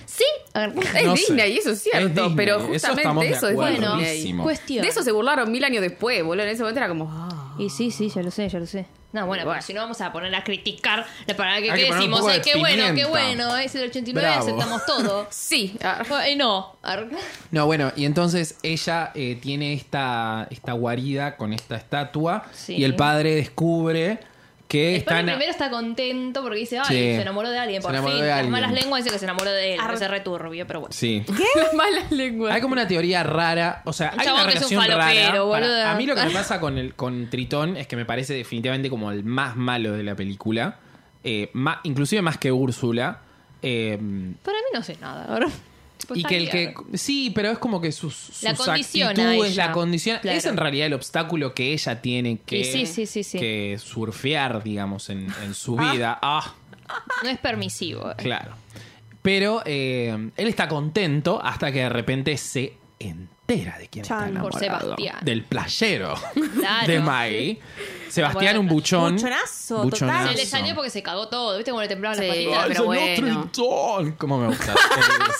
[SPEAKER 2] Sí, ar-
[SPEAKER 4] Es
[SPEAKER 1] No sé.
[SPEAKER 4] Disney, y eso es
[SPEAKER 1] Es
[SPEAKER 4] cierto,
[SPEAKER 1] Disney,
[SPEAKER 4] pero
[SPEAKER 1] eso estamos
[SPEAKER 4] justamente
[SPEAKER 1] de
[SPEAKER 4] eso, es
[SPEAKER 1] acuerdo,
[SPEAKER 4] Disney.
[SPEAKER 1] buenísimo.
[SPEAKER 2] Cuestión.
[SPEAKER 4] De eso se burlaron mil años después, boludo. En ese momento era como. ah.
[SPEAKER 2] Y sí, sí, ya lo sé, ya lo sé. No,
[SPEAKER 4] Bueno.
[SPEAKER 2] bueno, porque si no vamos a poner a criticar la parada que,
[SPEAKER 1] Hay que
[SPEAKER 2] que
[SPEAKER 1] poner un
[SPEAKER 2] decimos,
[SPEAKER 1] poco
[SPEAKER 2] "Ay,
[SPEAKER 1] de
[SPEAKER 2] qué bueno, qué
[SPEAKER 1] pimienta".
[SPEAKER 2] bueno, es el 89,
[SPEAKER 1] Bravo. [LAUGHS]
[SPEAKER 2] aceptamos todo.
[SPEAKER 4] Sí, ah,
[SPEAKER 2] Eh, no, ar-
[SPEAKER 1] No, bueno, y entonces ella eh, tiene esta, esta guarida con esta estatua
[SPEAKER 2] Sí.
[SPEAKER 1] y el padre descubre que
[SPEAKER 2] Después
[SPEAKER 1] están...
[SPEAKER 2] el primero está contento porque dice, ay,
[SPEAKER 1] Sí.
[SPEAKER 2] se enamoró de alguien,
[SPEAKER 1] Se
[SPEAKER 2] por
[SPEAKER 1] enamoró
[SPEAKER 2] fin.
[SPEAKER 1] de
[SPEAKER 2] Las
[SPEAKER 1] alguien.
[SPEAKER 2] malas lenguas dicen que se enamoró de él,
[SPEAKER 3] Arre.
[SPEAKER 2] se returbio, pero bueno.
[SPEAKER 1] Sí.
[SPEAKER 2] [LAUGHS]
[SPEAKER 4] las malas lenguas.
[SPEAKER 1] Hay como una teoría rara, o sea,
[SPEAKER 2] Un
[SPEAKER 1] hay
[SPEAKER 2] chabón
[SPEAKER 1] una
[SPEAKER 2] que es un
[SPEAKER 1] relación rara.
[SPEAKER 2] falopero,
[SPEAKER 1] Para-
[SPEAKER 2] boluda.
[SPEAKER 1] a mí lo
[SPEAKER 2] [LAUGHS]
[SPEAKER 1] que me pasa con el con Tritón es que me parece definitivamente como el más malo de la película, Eh, ma- inclusive más que Úrsula. Eh,
[SPEAKER 2] Para mí no sé nada, ahora. Tipo,
[SPEAKER 1] y
[SPEAKER 2] Pues está
[SPEAKER 1] que el
[SPEAKER 2] bien.
[SPEAKER 1] que sí pero es como que sus, sus
[SPEAKER 2] La condiciona
[SPEAKER 1] actitudes
[SPEAKER 2] ella.
[SPEAKER 1] la condición
[SPEAKER 2] Claro.
[SPEAKER 1] es en realidad el obstáculo que ella tiene que
[SPEAKER 2] Y sí, sí, sí, sí.
[SPEAKER 1] que surfear digamos en, en su vida ah
[SPEAKER 2] No es permisivo. eh.
[SPEAKER 1] claro pero eh, él está contento hasta que de repente se entera de quién está
[SPEAKER 3] Chan.
[SPEAKER 1] enamorado
[SPEAKER 2] Por Sebastián.
[SPEAKER 1] del playero
[SPEAKER 2] [LAUGHS] Claro.
[SPEAKER 1] de Maggie Sebastián
[SPEAKER 2] Bueno,
[SPEAKER 1] un buchón
[SPEAKER 3] buchonazo, total.
[SPEAKER 2] Se le salió porque se cagó todo, ¿viste? Como le temblaban las
[SPEAKER 4] Sí.
[SPEAKER 2] patitas.
[SPEAKER 4] Ay,
[SPEAKER 2] pero-
[SPEAKER 4] pero bueno.
[SPEAKER 1] Tritón. ¿Cómo me
[SPEAKER 2] [LAUGHS]
[SPEAKER 1] gusta? Eh,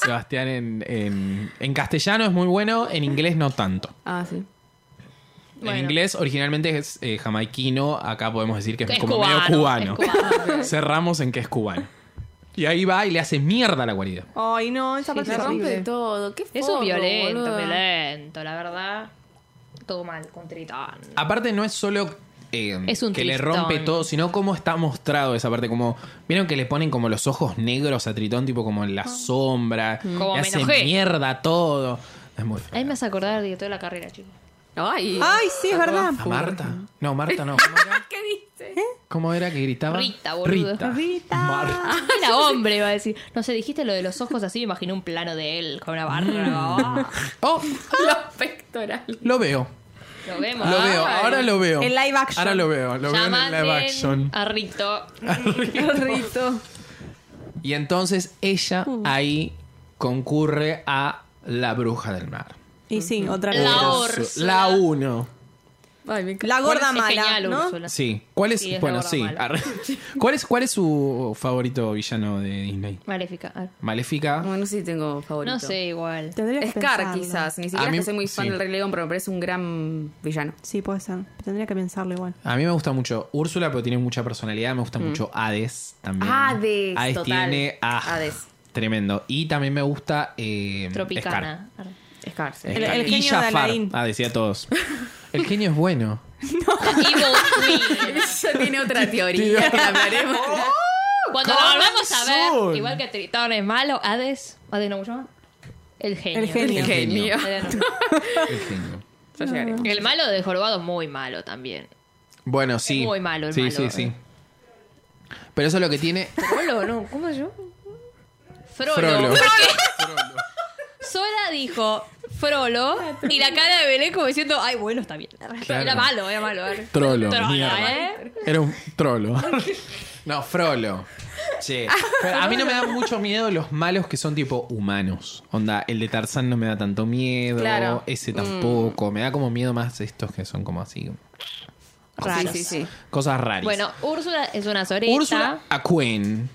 [SPEAKER 1] Sebastián en, en- en castellano es muy bueno, en inglés no tanto.
[SPEAKER 4] Ah, sí.
[SPEAKER 2] Bueno.
[SPEAKER 1] En inglés originalmente es eh, jamaiquino, acá podemos decir que es,
[SPEAKER 2] Es
[SPEAKER 1] como medio
[SPEAKER 2] cubano,
[SPEAKER 1] cubano.
[SPEAKER 2] es
[SPEAKER 1] [LAUGHS]
[SPEAKER 2] cubano.
[SPEAKER 1] Cerramos en que es cubano. Y ahí va y le hace mierda a la guarida.
[SPEAKER 3] Ay, no, esa parte
[SPEAKER 4] La
[SPEAKER 3] es
[SPEAKER 4] rompe
[SPEAKER 3] horrible.
[SPEAKER 4] todo. Qué
[SPEAKER 2] Eso
[SPEAKER 4] forro,
[SPEAKER 2] es violento,
[SPEAKER 4] boluda.
[SPEAKER 2] violento, la verdad. Todo mal con Tritón.
[SPEAKER 1] Aparte no es solo eh,
[SPEAKER 2] Es un
[SPEAKER 1] que le
[SPEAKER 2] Tritón.
[SPEAKER 1] rompe todo, sino cómo está mostrado esa parte. Como, vieron que le ponen como los ojos negros a Tritón, tipo como en la sombra.
[SPEAKER 2] Ah. Mm. Como
[SPEAKER 1] le
[SPEAKER 2] me
[SPEAKER 1] hace
[SPEAKER 2] enojé.
[SPEAKER 1] mierda todo. Es muy feo.
[SPEAKER 2] Ahí me hace acordar de toda la carrera, [LAUGHS] chicos.
[SPEAKER 4] Ay,
[SPEAKER 3] Ay, sí, es verdad.
[SPEAKER 1] ¿A
[SPEAKER 3] [LAUGHS]
[SPEAKER 1] Marta? No, Marta no. ¿Cómo era,
[SPEAKER 4] ¿Qué viste?
[SPEAKER 1] ¿Cómo era que gritaba?
[SPEAKER 2] Rita, boludo.
[SPEAKER 1] Rita.
[SPEAKER 3] Rita.
[SPEAKER 1] Marta.
[SPEAKER 2] Era hombre, iba a decir. No sé, dijiste lo de los ojos así, me imaginé un plano de él con una barra. [LAUGHS]
[SPEAKER 3] [LAUGHS]
[SPEAKER 1] Oh,
[SPEAKER 4] Los pectorales.
[SPEAKER 1] lo veo.
[SPEAKER 2] Lo vemos.
[SPEAKER 1] Lo
[SPEAKER 2] Ah.
[SPEAKER 1] veo. Ahora lo veo.
[SPEAKER 3] En live action.
[SPEAKER 1] Ahora lo veo. Lo veo en el
[SPEAKER 2] Llamaten
[SPEAKER 1] live action.
[SPEAKER 2] A Rito.
[SPEAKER 3] Rito.
[SPEAKER 1] Y entonces ella
[SPEAKER 3] Uh.
[SPEAKER 1] ahí concurre a la bruja del mar.
[SPEAKER 3] Y sí, otra vez.
[SPEAKER 2] La
[SPEAKER 1] Ursu-
[SPEAKER 2] Úrsula.
[SPEAKER 1] La uno.
[SPEAKER 4] Ay, me encanta.
[SPEAKER 3] La gorda
[SPEAKER 2] Es
[SPEAKER 3] mala,
[SPEAKER 2] genial,
[SPEAKER 3] ¿no?
[SPEAKER 2] Úrsula.
[SPEAKER 1] Sí. ¿Cuál es?
[SPEAKER 2] Sí, es
[SPEAKER 1] bueno,
[SPEAKER 2] la
[SPEAKER 1] sí.
[SPEAKER 2] gorda
[SPEAKER 1] Arre. [LAUGHS] ¿Cuál es, ¿Cuál es su favorito villano de Disney?
[SPEAKER 2] Maléfica. Ah.
[SPEAKER 1] Maléfica.
[SPEAKER 4] Bueno, no sé si tengo favorito.
[SPEAKER 2] No sé, igual.
[SPEAKER 1] Mm,
[SPEAKER 3] Tendría que
[SPEAKER 4] Scar,
[SPEAKER 3] pensarlo.
[SPEAKER 4] quizás. Ni
[SPEAKER 1] A
[SPEAKER 4] siquiera
[SPEAKER 1] mí-
[SPEAKER 4] es que soy muy fan
[SPEAKER 1] sí.
[SPEAKER 4] del Rey León, pero me parece un gran villano.
[SPEAKER 3] Sí, puede ser. Tendría que pensarlo igual.
[SPEAKER 1] A mí me gusta mucho Úrsula, pero tiene mucha personalidad. Me gusta
[SPEAKER 2] Mm.
[SPEAKER 1] mucho Hades también.
[SPEAKER 4] Hades,
[SPEAKER 1] Hades
[SPEAKER 4] total.
[SPEAKER 1] tiene. ah,
[SPEAKER 4] Hades.
[SPEAKER 1] Tremendo. Y también me gusta. Eh,
[SPEAKER 2] Tropicana. Arre.
[SPEAKER 4] Scar, sí.
[SPEAKER 1] Scar.
[SPEAKER 3] El-
[SPEAKER 1] Scar.
[SPEAKER 4] [LAUGHS]
[SPEAKER 3] el
[SPEAKER 1] y
[SPEAKER 3] genio de
[SPEAKER 1] Jafar.
[SPEAKER 3] Aladdin.
[SPEAKER 1] Ah, decía
[SPEAKER 2] [LAUGHS]
[SPEAKER 1] todos. El genio es bueno.
[SPEAKER 2] Evil
[SPEAKER 3] [LAUGHS]
[SPEAKER 2] Queen.
[SPEAKER 4] Ella tiene otra teoría que hablaremos.
[SPEAKER 2] Cuando lo volvamos a ver,
[SPEAKER 1] Corazón.
[SPEAKER 2] igual que Tritón es malo, Hades. Hades no mucho más. El genio.
[SPEAKER 3] El
[SPEAKER 4] El
[SPEAKER 3] genio.
[SPEAKER 1] genio.
[SPEAKER 4] genio.
[SPEAKER 2] Eh,
[SPEAKER 3] [LAUGHS]
[SPEAKER 2] no.
[SPEAKER 1] El genio.
[SPEAKER 4] Ya llegaremos.
[SPEAKER 2] El malo de Jorobado es muy malo también.
[SPEAKER 1] Bueno, sí.
[SPEAKER 2] muy malo el
[SPEAKER 1] Sí,
[SPEAKER 2] malo,
[SPEAKER 1] sí,
[SPEAKER 2] eh.
[SPEAKER 1] sí. Pero eso es lo que tiene.
[SPEAKER 2] Frolo, no, ¿cómo se llama? Frolo.
[SPEAKER 1] Frollo.
[SPEAKER 2] ¿Por qué? sola dijo Frollo y la cara de Belén como diciendo, ay, bueno, está bien. Era malo, era malo. era-
[SPEAKER 1] Trolo.
[SPEAKER 2] Trola,
[SPEAKER 1] mierda.
[SPEAKER 2] ¿eh?
[SPEAKER 1] Era un trolo. [LAUGHS] No, frolo. Che. Pero a mí no me dan mucho miedo los malos que son tipo humanos. Onda, el de Tarzán no me da tanto miedo.
[SPEAKER 4] Claro.
[SPEAKER 2] Mm.
[SPEAKER 1] Ese tampoco. Me da como miedo más estos que son como así.
[SPEAKER 4] Sí,
[SPEAKER 2] Raros.
[SPEAKER 4] sí, sí.
[SPEAKER 1] Cosas raras.
[SPEAKER 2] Bueno, Úrsula es una soreta.
[SPEAKER 1] Úrsula a Queen.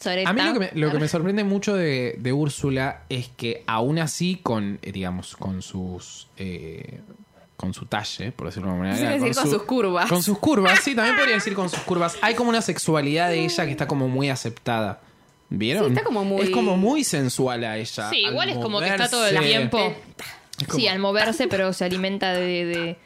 [SPEAKER 2] Soreta.
[SPEAKER 1] A mí lo que me, lo que me sorprende mucho de, de Úrsula es que aún así con, eh, digamos, con sus... eh, con su talle, por decirlo de alguna manera.
[SPEAKER 4] Quise decir con sus curvas.
[SPEAKER 1] Con sus curvas, sí, también podría decir con sus curvas. Hay como una sexualidad de ella que está como muy aceptada. ¿Vieron?
[SPEAKER 4] Sí, está como muy-
[SPEAKER 1] Es como muy sensual a ella.
[SPEAKER 2] Sí,
[SPEAKER 1] al
[SPEAKER 2] igual es como que está todo el
[SPEAKER 1] moverse.
[SPEAKER 2] tiempo.
[SPEAKER 1] Es como-
[SPEAKER 2] Sí, al moverse, pero se alimenta de, de,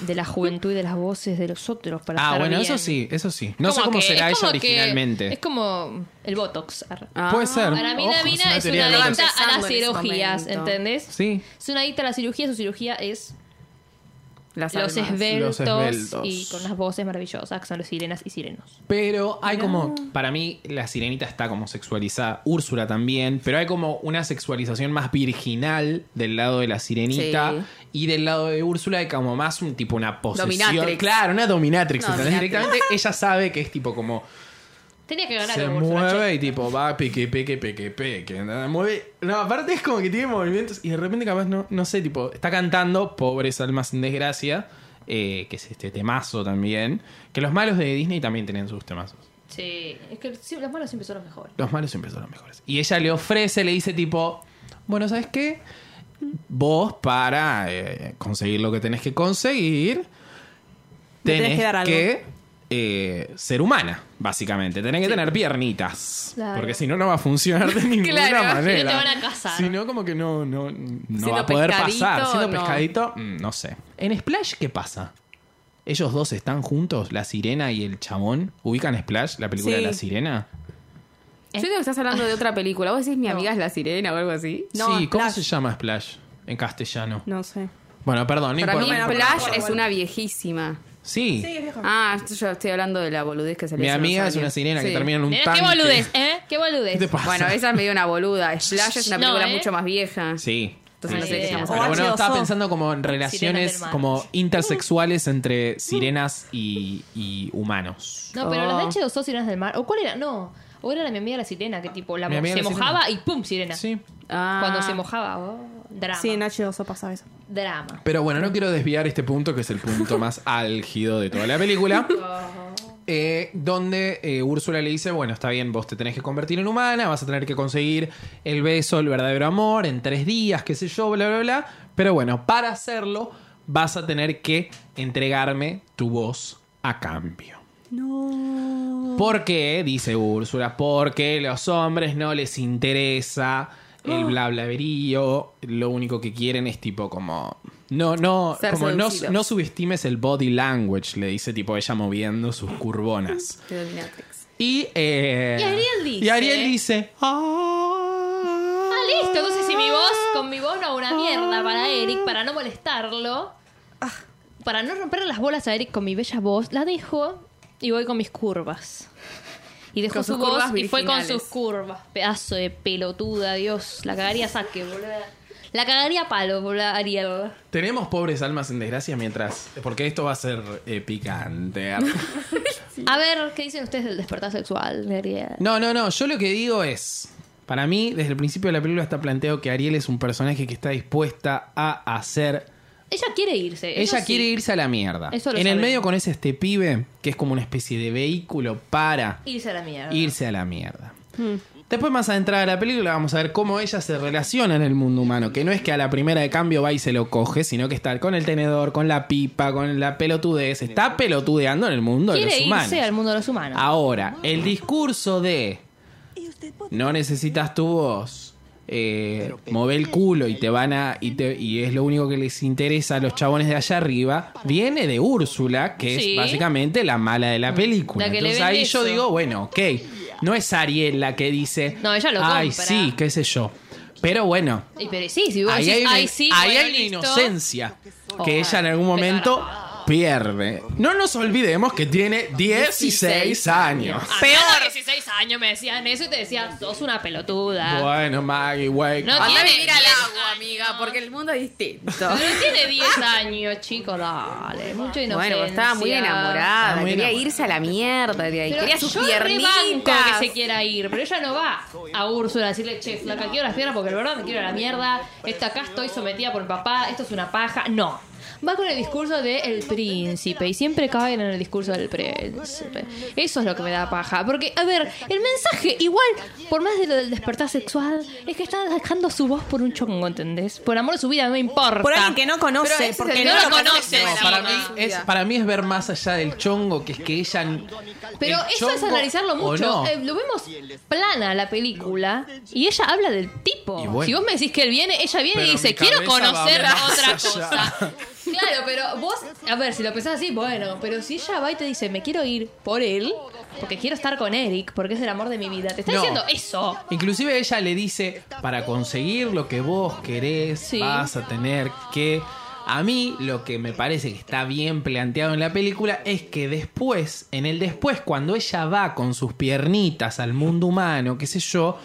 [SPEAKER 2] de la juventud y de las voces de los otros para
[SPEAKER 1] Ah,
[SPEAKER 2] estar
[SPEAKER 1] bueno, eso
[SPEAKER 2] bien.
[SPEAKER 1] sí, eso sí. No sé
[SPEAKER 2] Como
[SPEAKER 1] cómo
[SPEAKER 2] que-
[SPEAKER 1] será
[SPEAKER 2] es
[SPEAKER 1] ella
[SPEAKER 2] como que-
[SPEAKER 1] originalmente.
[SPEAKER 2] Es como el Botox. arre.
[SPEAKER 1] Puede ser.
[SPEAKER 2] Para mí, la
[SPEAKER 1] Ojo,
[SPEAKER 2] mina es
[SPEAKER 1] teoría
[SPEAKER 2] una
[SPEAKER 1] de locos.
[SPEAKER 2] adicta a
[SPEAKER 4] Empezando
[SPEAKER 2] las
[SPEAKER 4] en ese
[SPEAKER 2] cirugías,
[SPEAKER 4] momento.
[SPEAKER 2] ¿entendés?
[SPEAKER 1] Sí.
[SPEAKER 2] Es una adicta a la cirugía, su cirugía es
[SPEAKER 4] Las
[SPEAKER 2] los
[SPEAKER 4] almas.
[SPEAKER 2] esbeltos,
[SPEAKER 1] Los esbeltos.
[SPEAKER 2] y con las voces maravillosas, que son las sirenas y sirenos.
[SPEAKER 1] Pero hay como, para mí, la sirenita está como sexualizada, Úrsula también, pero hay como una sexualización más virginal del lado de la sirenita
[SPEAKER 4] Sí.
[SPEAKER 1] y del lado de Úrsula hay como más un tipo una posesión.
[SPEAKER 4] Dominatrix.
[SPEAKER 1] Claro, una dominatrix.
[SPEAKER 4] No,
[SPEAKER 1] ¿entendés?
[SPEAKER 4] dominatrix.
[SPEAKER 1] Directamente ella sabe que es tipo
[SPEAKER 4] [LAUGHS]
[SPEAKER 1] como
[SPEAKER 2] Tenía que ganar
[SPEAKER 1] se
[SPEAKER 2] un Úrsula,
[SPEAKER 1] mueve
[SPEAKER 2] che.
[SPEAKER 1] y tipo va peque, peque, peque, peque. ¿entendés? Mueve. No, aparte es como que tiene movimientos y de repente capaz no, no sé, tipo, está cantando Pobres Almas en Desgracia, eh, que es este temazo también, que los malos de Disney también tienen sus temazos.
[SPEAKER 2] Sí, es que sí, los malos siempre son los mejores.
[SPEAKER 1] Los malos siempre son los mejores. Y ella le ofrece, le dice tipo, bueno, ¿sabes qué? Vos para eh, conseguir lo que tenés que conseguir,
[SPEAKER 3] Me
[SPEAKER 1] tenés
[SPEAKER 3] tenés que dar algo.
[SPEAKER 1] que, eh, ser humana, básicamente. Tenés que tener piernitas.
[SPEAKER 2] Claro.
[SPEAKER 1] Porque si no, no va a funcionar de ninguna
[SPEAKER 4] Claro, si no te
[SPEAKER 1] manera.
[SPEAKER 2] van a casar.
[SPEAKER 1] Si no, como que no, no, no
[SPEAKER 4] Siendo
[SPEAKER 1] va a poder
[SPEAKER 4] pescadito,
[SPEAKER 1] pasar. Siendo
[SPEAKER 4] no.
[SPEAKER 1] pescadito, mm, no sé. En Splash, ¿qué pasa? Ellos dos están juntos, la sirena y el chamón. ¿Ubican Splash, la película de
[SPEAKER 3] Sí.
[SPEAKER 1] la sirena?
[SPEAKER 4] Yo creo que estás hablando de otra película. Vos decís mi amiga es la sirena o algo así.
[SPEAKER 3] No,
[SPEAKER 1] sí, ¿cómo
[SPEAKER 3] Splash.
[SPEAKER 1] se llama Splash en castellano?
[SPEAKER 3] No sé.
[SPEAKER 1] Bueno, perdón, no
[SPEAKER 4] Para mí
[SPEAKER 1] importa.
[SPEAKER 3] no me la
[SPEAKER 4] Flash
[SPEAKER 3] acuerdo.
[SPEAKER 4] es una viejísima.
[SPEAKER 1] Sí,
[SPEAKER 3] Sí, es viejo.
[SPEAKER 4] Ah, esto yo estoy hablando de la boludez que se le
[SPEAKER 1] mi
[SPEAKER 4] hizo
[SPEAKER 1] amiga es
[SPEAKER 4] hace
[SPEAKER 1] una
[SPEAKER 4] unos años.
[SPEAKER 1] sirena que
[SPEAKER 4] Sí.
[SPEAKER 1] termina en un
[SPEAKER 2] Nena,
[SPEAKER 1] tanque.
[SPEAKER 2] qué boludez, ¿eh? Qué
[SPEAKER 1] [LAUGHS]
[SPEAKER 2] boludez.
[SPEAKER 1] ¿Qué te pasa?
[SPEAKER 4] Bueno, esa es medio una boluda.
[SPEAKER 1] [LAUGHS]
[SPEAKER 4] Flash es una
[SPEAKER 2] No,
[SPEAKER 4] película
[SPEAKER 2] ¿eh?
[SPEAKER 4] mucho más vieja.
[SPEAKER 1] Sí.
[SPEAKER 4] Entonces
[SPEAKER 2] no sé qué estamos
[SPEAKER 1] Pero
[SPEAKER 3] hablando.
[SPEAKER 1] bueno,
[SPEAKER 3] H2O.
[SPEAKER 1] estaba pensando como en
[SPEAKER 2] Sirenas
[SPEAKER 1] relaciones
[SPEAKER 2] del mar.
[SPEAKER 1] como intersexuales entre sirenas y, y humanos.
[SPEAKER 2] No, pero
[SPEAKER 4] Oh.
[SPEAKER 2] las de H2O sirenas del mar. ¿O cuál era? No. O era la mi amiga la sirena, que tipo, la
[SPEAKER 1] Mi
[SPEAKER 2] mo-
[SPEAKER 1] amiga
[SPEAKER 2] se
[SPEAKER 1] la sirena.
[SPEAKER 2] mojaba y ¡pum! sirena.
[SPEAKER 1] Sí.
[SPEAKER 4] Ah.
[SPEAKER 2] Cuando se mojaba, oh, drama.
[SPEAKER 3] Sí, en H2O pasaba eso.
[SPEAKER 2] drama.
[SPEAKER 1] Pero bueno, no quiero desviar este punto que es el punto más álgido de toda la película. Eh, donde eh, Úrsula le dice, bueno, está bien, vos te tenés que convertir en humana, vas a tener que conseguir el beso, el verdadero amor, en tres días, qué sé yo, bla, bla, bla. Pero bueno, para hacerlo vas a tener que entregarme tu voz a cambio. No. ¿Por qué? Dice Úrsula, porque los hombres no les interesa el bla bla brío, lo único que quieren es tipo como... No, no,
[SPEAKER 4] Ser
[SPEAKER 1] como no,
[SPEAKER 4] seducidos.
[SPEAKER 1] no subestimes el body language, le dice tipo ella moviendo sus curvonas.
[SPEAKER 4] De Dominatrix.
[SPEAKER 1] Y, eh,
[SPEAKER 2] Y Ariel dice-
[SPEAKER 1] Y Ariel dice. "Ah".
[SPEAKER 2] Ah, listo. Entonces, si mi voz, con mi voz no hago una mierda para Eric, para no molestarlo, para no romper las bolas a Eric con mi bella voz, la dejo y voy con mis curvas. Y dejó
[SPEAKER 4] Con
[SPEAKER 2] su
[SPEAKER 4] sus
[SPEAKER 2] voz
[SPEAKER 4] curvas
[SPEAKER 2] y fue con
[SPEAKER 4] virginales.
[SPEAKER 2] sus curvas. Pedazo de pelotuda, Dios. La cagaría a saque, boluda. La cagaría a palo, boluda, Ariel.
[SPEAKER 1] Tenemos pobres almas en desgracia mientras. Porque esto va a ser eh, picante.
[SPEAKER 2] [LAUGHS] A ver, ¿qué dicen ustedes del despertar sexual de Ariel?
[SPEAKER 1] No, no, no. Yo lo que digo es. Para mí, desde el principio de la película está planteado que Ariel es un personaje que está dispuesta a hacer.
[SPEAKER 2] Ella quiere irse.
[SPEAKER 1] Ella
[SPEAKER 2] sí.
[SPEAKER 1] quiere irse a la mierda.
[SPEAKER 2] Eso lo
[SPEAKER 1] en el
[SPEAKER 2] sabemos.
[SPEAKER 1] medio con ese este pibe, que es como una especie de vehículo para
[SPEAKER 2] irse a la mierda. Hmm.
[SPEAKER 1] irse a la mierda. Después, más adentrada a la película, vamos a ver cómo ella se relaciona en el mundo humano. Que no es que a la primera de cambio va y se lo coge, sino que está con el tenedor, con la pipa, con la pelotudez. Está pelotudeando en el mundo de
[SPEAKER 2] Quiere
[SPEAKER 1] los
[SPEAKER 2] irse
[SPEAKER 1] humanos. Ah,
[SPEAKER 2] al mundo de los humanos.
[SPEAKER 1] Ahora, el discurso de no necesitas tu voz, eh, move el culo y te van a y, te- y es lo único que les interesa a los chabones de allá arriba, viene de Úrsula, que
[SPEAKER 2] Sí.
[SPEAKER 1] es básicamente la mala de la película.
[SPEAKER 2] La que le
[SPEAKER 1] Entonces
[SPEAKER 2] vende
[SPEAKER 1] ahí yo
[SPEAKER 2] eso.
[SPEAKER 1] digo, bueno, ok, no es Ariel la que dice,
[SPEAKER 2] No, ella lo
[SPEAKER 1] ay
[SPEAKER 2] compra".
[SPEAKER 1] sí, qué sé yo, pero bueno.
[SPEAKER 2] Y pero sí, si vos
[SPEAKER 1] Ahí
[SPEAKER 2] decís,
[SPEAKER 1] hay una,
[SPEAKER 2] ay, sí,
[SPEAKER 1] ahí
[SPEAKER 2] bueno,
[SPEAKER 1] hay una
[SPEAKER 2] listo".
[SPEAKER 1] inocencia que
[SPEAKER 2] Oh,
[SPEAKER 1] ella en algún
[SPEAKER 2] qué
[SPEAKER 1] momento pierde. No nos olvidemos que tiene 16 años.
[SPEAKER 2] A mí a los 16 años me decían eso y te decían, sos una pelotuda.
[SPEAKER 1] Bueno, Maggie, wake
[SPEAKER 2] No
[SPEAKER 1] up.
[SPEAKER 4] Andá a
[SPEAKER 2] tiene
[SPEAKER 4] vivir al
[SPEAKER 2] 10
[SPEAKER 4] agua,
[SPEAKER 2] años.
[SPEAKER 4] amiga, porque el mundo es
[SPEAKER 2] [LAUGHS]
[SPEAKER 4] distinto.
[SPEAKER 2] Pero tiene 10 años, chico, dale. Mucho inocencia.
[SPEAKER 4] Bueno, pues estaba muy enamorada,
[SPEAKER 1] Estaba muy
[SPEAKER 4] quería
[SPEAKER 1] enamorada.
[SPEAKER 4] irse a la mierda de ahí.
[SPEAKER 2] Pero
[SPEAKER 4] quería sus
[SPEAKER 2] yo rebanco
[SPEAKER 4] piernitas.
[SPEAKER 2] que se quiera ir, pero ella no va a Úrsula a decirle, che, flaca, quiero las piernas porque la verdad me quiero a la mierda. Esta acá estoy sometida por mi papá, esto es una paja. No. Va con el discurso del príncipe y siempre caen en el discurso del príncipe. Eso es lo que me da paja. Porque, a ver, el mensaje, igual, por más de lo del despertar sexual, es que está dejando su voz por un chongo, ¿entendés? Por amor a su vida, no me importa.
[SPEAKER 3] Por alguien que no
[SPEAKER 4] Pero
[SPEAKER 3] conoce,
[SPEAKER 4] ese
[SPEAKER 3] porque
[SPEAKER 4] es el
[SPEAKER 3] no
[SPEAKER 2] que
[SPEAKER 3] lo
[SPEAKER 2] no
[SPEAKER 3] conoce.
[SPEAKER 2] conoce.
[SPEAKER 1] No,
[SPEAKER 2] Sí,
[SPEAKER 1] para,
[SPEAKER 2] no.
[SPEAKER 1] mí es, para mí es ver más allá del chongo, que es que ella.
[SPEAKER 2] Pero
[SPEAKER 1] el
[SPEAKER 2] eso es
[SPEAKER 1] chongo
[SPEAKER 2] analizarlo
[SPEAKER 1] o
[SPEAKER 2] mucho.
[SPEAKER 1] no.
[SPEAKER 2] Eh, lo vemos plana la película y ella habla del tipo.
[SPEAKER 1] Y bueno.
[SPEAKER 2] Si vos me decís que él viene, ella viene
[SPEAKER 1] Pero
[SPEAKER 2] y dice,
[SPEAKER 1] mi
[SPEAKER 2] quiero
[SPEAKER 1] cabeza va
[SPEAKER 2] conocer
[SPEAKER 1] más
[SPEAKER 2] otra
[SPEAKER 1] allá".
[SPEAKER 2] cosa. [LAUGHS] Claro, pero vos, a ver, si lo pensás así, bueno, pero si ella va y te dice, me quiero ir por él, porque quiero estar con Eric, porque es el amor de mi vida, te está
[SPEAKER 1] No.
[SPEAKER 2] diciendo eso.
[SPEAKER 1] Inclusive ella le dice, para conseguir lo que vos querés,
[SPEAKER 2] Sí.
[SPEAKER 1] vas a tener que... A mí lo que me parece que está bien planteado en la película es que después, en el después, cuando ella va con sus piernitas al mundo humano, qué sé yo,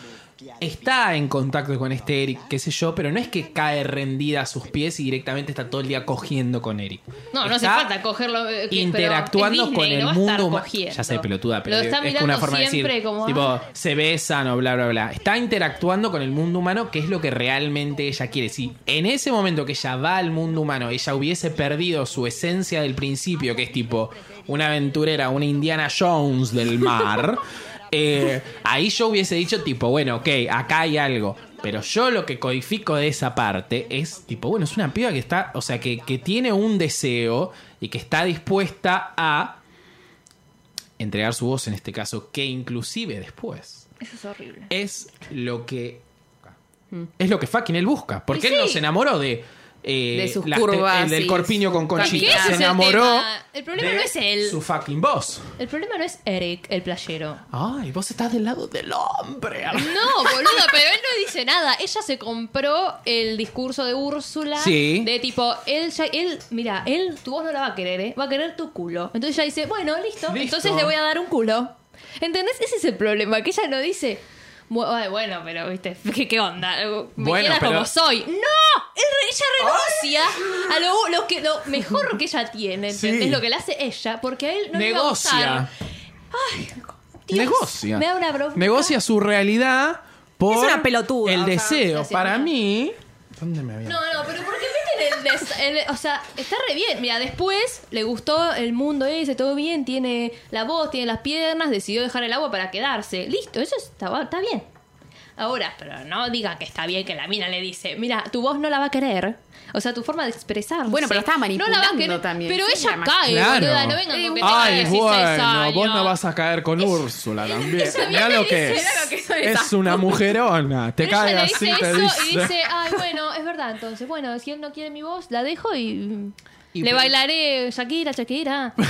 [SPEAKER 1] está en contacto con este Eric, qué sé yo, pero no es que cae rendida a sus pies y directamente está todo el día cogiendo con Eric.
[SPEAKER 2] No, no hace
[SPEAKER 1] Está
[SPEAKER 2] falta cogerlo. eh, que-
[SPEAKER 1] interactuando
[SPEAKER 2] pero es
[SPEAKER 1] con el
[SPEAKER 2] Disney, no va a estar
[SPEAKER 1] mundo huma-
[SPEAKER 2] cogiendo.
[SPEAKER 1] Ya sé, pelotuda, pero
[SPEAKER 2] Lo está
[SPEAKER 1] es
[SPEAKER 2] mirando
[SPEAKER 1] una forma de
[SPEAKER 2] siempre
[SPEAKER 1] decir,
[SPEAKER 2] como,
[SPEAKER 1] tipo,
[SPEAKER 2] "Ah".
[SPEAKER 1] se besan o bla, bla, bla. Está interactuando con el mundo humano, que es lo que realmente ella quiere. Si en ese momento que ella va al mundo humano, ella hubiese perdido su esencia del principio, que es tipo una aventurera, una Indiana Jones del mar, eh, ahí yo hubiese dicho, tipo, bueno, ok, acá hay algo. Pero yo lo que codifico de esa parte es tipo, bueno, es una piba que está, o sea, que, que tiene un deseo y que está dispuesta a entregar su voz en este caso, que inclusive después
[SPEAKER 2] Eso es horrible.
[SPEAKER 1] es lo que Mm. es lo que fucking él busca. Porque
[SPEAKER 2] Y
[SPEAKER 1] él no
[SPEAKER 2] sí.
[SPEAKER 1] se enamoró de, eh,
[SPEAKER 4] De sus
[SPEAKER 1] las te-
[SPEAKER 4] curvas,
[SPEAKER 1] el del
[SPEAKER 4] sí,
[SPEAKER 1] corpiño con
[SPEAKER 4] sus
[SPEAKER 2] ¿Qué? Ese
[SPEAKER 1] conchita.
[SPEAKER 2] es
[SPEAKER 1] Se
[SPEAKER 2] el
[SPEAKER 1] enamoró.
[SPEAKER 2] tema. El problema
[SPEAKER 1] de
[SPEAKER 2] no es él.
[SPEAKER 1] Su fucking voz.
[SPEAKER 2] El problema no es Eric, el playero.
[SPEAKER 1] Ay, vos estás del lado del hombre.
[SPEAKER 2] No, boludo, pero él no dice nada. Ella se compró el discurso de Úrsula.
[SPEAKER 1] Sí.
[SPEAKER 2] De tipo, él ya, él, mira, él, tu voz no la va a querer, ¿eh? Va a querer tu culo. Entonces ella dice, bueno, listo,
[SPEAKER 1] Listo.
[SPEAKER 2] entonces le voy a dar un culo. ¿Entendés? Ese es el problema, que ella no dice. "Bu- ay, Bueno, pero, viste, [LAUGHS] ¿qué, qué onda? Me
[SPEAKER 1] Bueno,
[SPEAKER 2] quieras
[SPEAKER 1] pero-
[SPEAKER 2] como soy. ¡No! Él re- ella renuncia a lo, lo que, lo mejor que ella tiene, ¿entendés?
[SPEAKER 1] Sí.
[SPEAKER 2] Lo que le hace ella, porque a él no le va a
[SPEAKER 1] Negocia.
[SPEAKER 2] gustar. Dios,
[SPEAKER 1] negocia.
[SPEAKER 2] me da una bronca.
[SPEAKER 1] Negocia su realidad por
[SPEAKER 3] Es una pelotuda,
[SPEAKER 1] el
[SPEAKER 3] o sea,
[SPEAKER 1] deseo.
[SPEAKER 2] gracias,
[SPEAKER 1] Para
[SPEAKER 2] mira.
[SPEAKER 1] mí. ¿Dónde me había?
[SPEAKER 2] No, no, pero ¿por qué meten el, des- el- O sea, está re bien. Mira, después le gustó el mundo ese, todo bien, tiene la voz, tiene las piernas, decidió dejar el agua para quedarse. Listo, eso está, está bien. Ahora, pero no diga que está bien que la mina le dice, mira, tu voz no la va a querer. O sea, tu forma de expresar.
[SPEAKER 4] Bueno, pero estaba manipulando también.
[SPEAKER 2] Pero
[SPEAKER 4] Sí,
[SPEAKER 2] ella
[SPEAKER 4] la Eh,
[SPEAKER 2] cae,
[SPEAKER 1] Claro.
[SPEAKER 2] boluda, no vengan con que tenga
[SPEAKER 1] Ay,
[SPEAKER 2] 16
[SPEAKER 1] bueno,
[SPEAKER 2] años.
[SPEAKER 1] vos no vas a caer con
[SPEAKER 2] [LAUGHS]
[SPEAKER 1] Úrsula también.
[SPEAKER 2] ella
[SPEAKER 1] Mirá
[SPEAKER 2] viene y
[SPEAKER 1] lo que
[SPEAKER 2] dice,
[SPEAKER 1] es.
[SPEAKER 2] "Mirá lo que soy,
[SPEAKER 1] Es una mujerona. Te
[SPEAKER 2] Pero
[SPEAKER 1] cae
[SPEAKER 2] ella le
[SPEAKER 1] así,
[SPEAKER 2] dice
[SPEAKER 1] te
[SPEAKER 2] eso
[SPEAKER 1] dice.
[SPEAKER 2] y dice, ay, bueno, es verdad, entonces, bueno, si él no quiere mi voz, la dejo y, mm,
[SPEAKER 1] Y
[SPEAKER 2] le
[SPEAKER 1] pero-
[SPEAKER 2] bailaré Shakira, Shakira. [LAUGHS] no,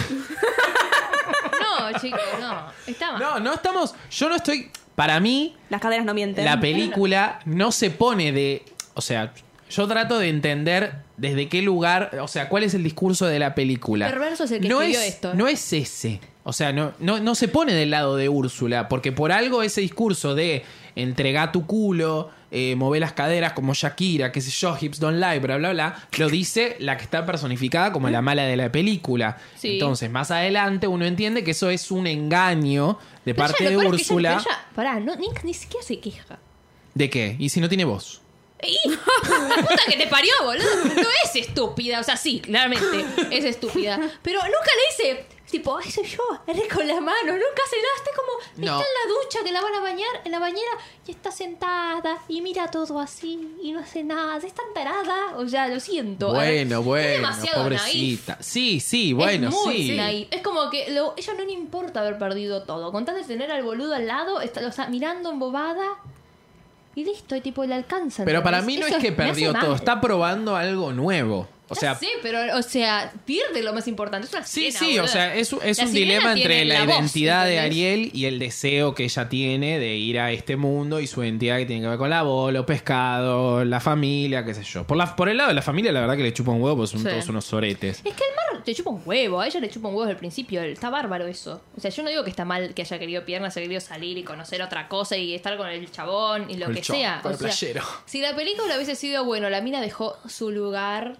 [SPEAKER 2] chicos, no, está mal.
[SPEAKER 1] No, no estamos. Yo no estoy. Para mí,
[SPEAKER 3] Las caderas no mienten.
[SPEAKER 1] la película no se pone de. O sea, yo trato de entender desde qué lugar. O sea, cuál es el discurso de la película.
[SPEAKER 2] Perverso es el que
[SPEAKER 1] no
[SPEAKER 2] escribió
[SPEAKER 1] es,
[SPEAKER 2] esto.
[SPEAKER 1] No es ese. O sea, no, no, no se pone del lado de Úrsula. Porque por algo ese discurso de entrega tu culo, eh, move las caderas como Shakira, qué sé yo, hips don't lie, bla, bla, bla, lo dice la que está personificada como la mala de la película.
[SPEAKER 2] Sí.
[SPEAKER 1] Entonces, más adelante uno entiende que eso es un engaño de
[SPEAKER 2] Pero ella
[SPEAKER 1] parte
[SPEAKER 2] lo
[SPEAKER 1] de
[SPEAKER 2] peor es que
[SPEAKER 1] Úrsula.
[SPEAKER 2] ella- pero ella- pará, no, ni, ni siquiera se queja.
[SPEAKER 1] ¿De qué? ¿Y si no tiene voz?
[SPEAKER 2] La [LAUGHS] puta que te parió, boludo. No es estúpida. O sea, sí, claramente es estúpida. Pero nunca le dice, tipo, ay, soy yo, eres con la mano. Nunca se lo Está como,
[SPEAKER 1] No.
[SPEAKER 2] está en la ducha que la van a bañar, en la bañera, y está sentada y mira todo así y no hace nada. Es tan tarada. O sea, lo siento. ¿eh?
[SPEAKER 1] Bueno,
[SPEAKER 2] Es
[SPEAKER 1] bueno,
[SPEAKER 2] demasiado naif.
[SPEAKER 1] pobrecita. Sí, sí, bueno,
[SPEAKER 2] es muy
[SPEAKER 1] sí.
[SPEAKER 2] naif. Es como que lo- ella no le importa haber perdido todo. Con tal de tener al boludo al lado, está, lo está mirando embobada. Y listo, y tipo, le alcanza.
[SPEAKER 1] Pero para
[SPEAKER 2] ¿entendés?
[SPEAKER 1] mí no
[SPEAKER 2] Eso
[SPEAKER 1] es que
[SPEAKER 2] me hace
[SPEAKER 1] perdió
[SPEAKER 2] mal.
[SPEAKER 1] todo, está probando algo nuevo. O
[SPEAKER 2] Ya
[SPEAKER 1] sea,
[SPEAKER 2] sé, pero, o sea, pierde lo más importante. Es una
[SPEAKER 1] Sí,
[SPEAKER 2] sirena,
[SPEAKER 1] sí, o
[SPEAKER 2] boluda.
[SPEAKER 1] sea, es, un- es
[SPEAKER 2] Las
[SPEAKER 1] un
[SPEAKER 2] sirenas
[SPEAKER 1] dilema entre
[SPEAKER 2] tienen
[SPEAKER 1] la,
[SPEAKER 2] voz,
[SPEAKER 1] identidad de
[SPEAKER 2] ¿entendés?
[SPEAKER 1] Ariel y el deseo que ella tiene de ir a este mundo y su identidad que tiene que ver con la voz, los pescados, la familia, qué sé yo. Por, la, por el lado de la familia, la verdad que le chupa un huevo, pues son
[SPEAKER 2] Sí.
[SPEAKER 1] todos unos soretes.
[SPEAKER 2] Es que el mar te chupa un huevo, a ella le chupa un huevo desde el principio, está bárbaro eso. O sea, yo no digo que está mal que haya querido piernas, haya querido salir y conocer otra cosa y estar con el chabón y lo
[SPEAKER 1] Con el
[SPEAKER 2] que
[SPEAKER 1] chabón,
[SPEAKER 2] sea.
[SPEAKER 1] con
[SPEAKER 2] O
[SPEAKER 1] el
[SPEAKER 2] sea,
[SPEAKER 1] playero.
[SPEAKER 2] si la película hubiese sido, bueno, la mina dejó su lugar,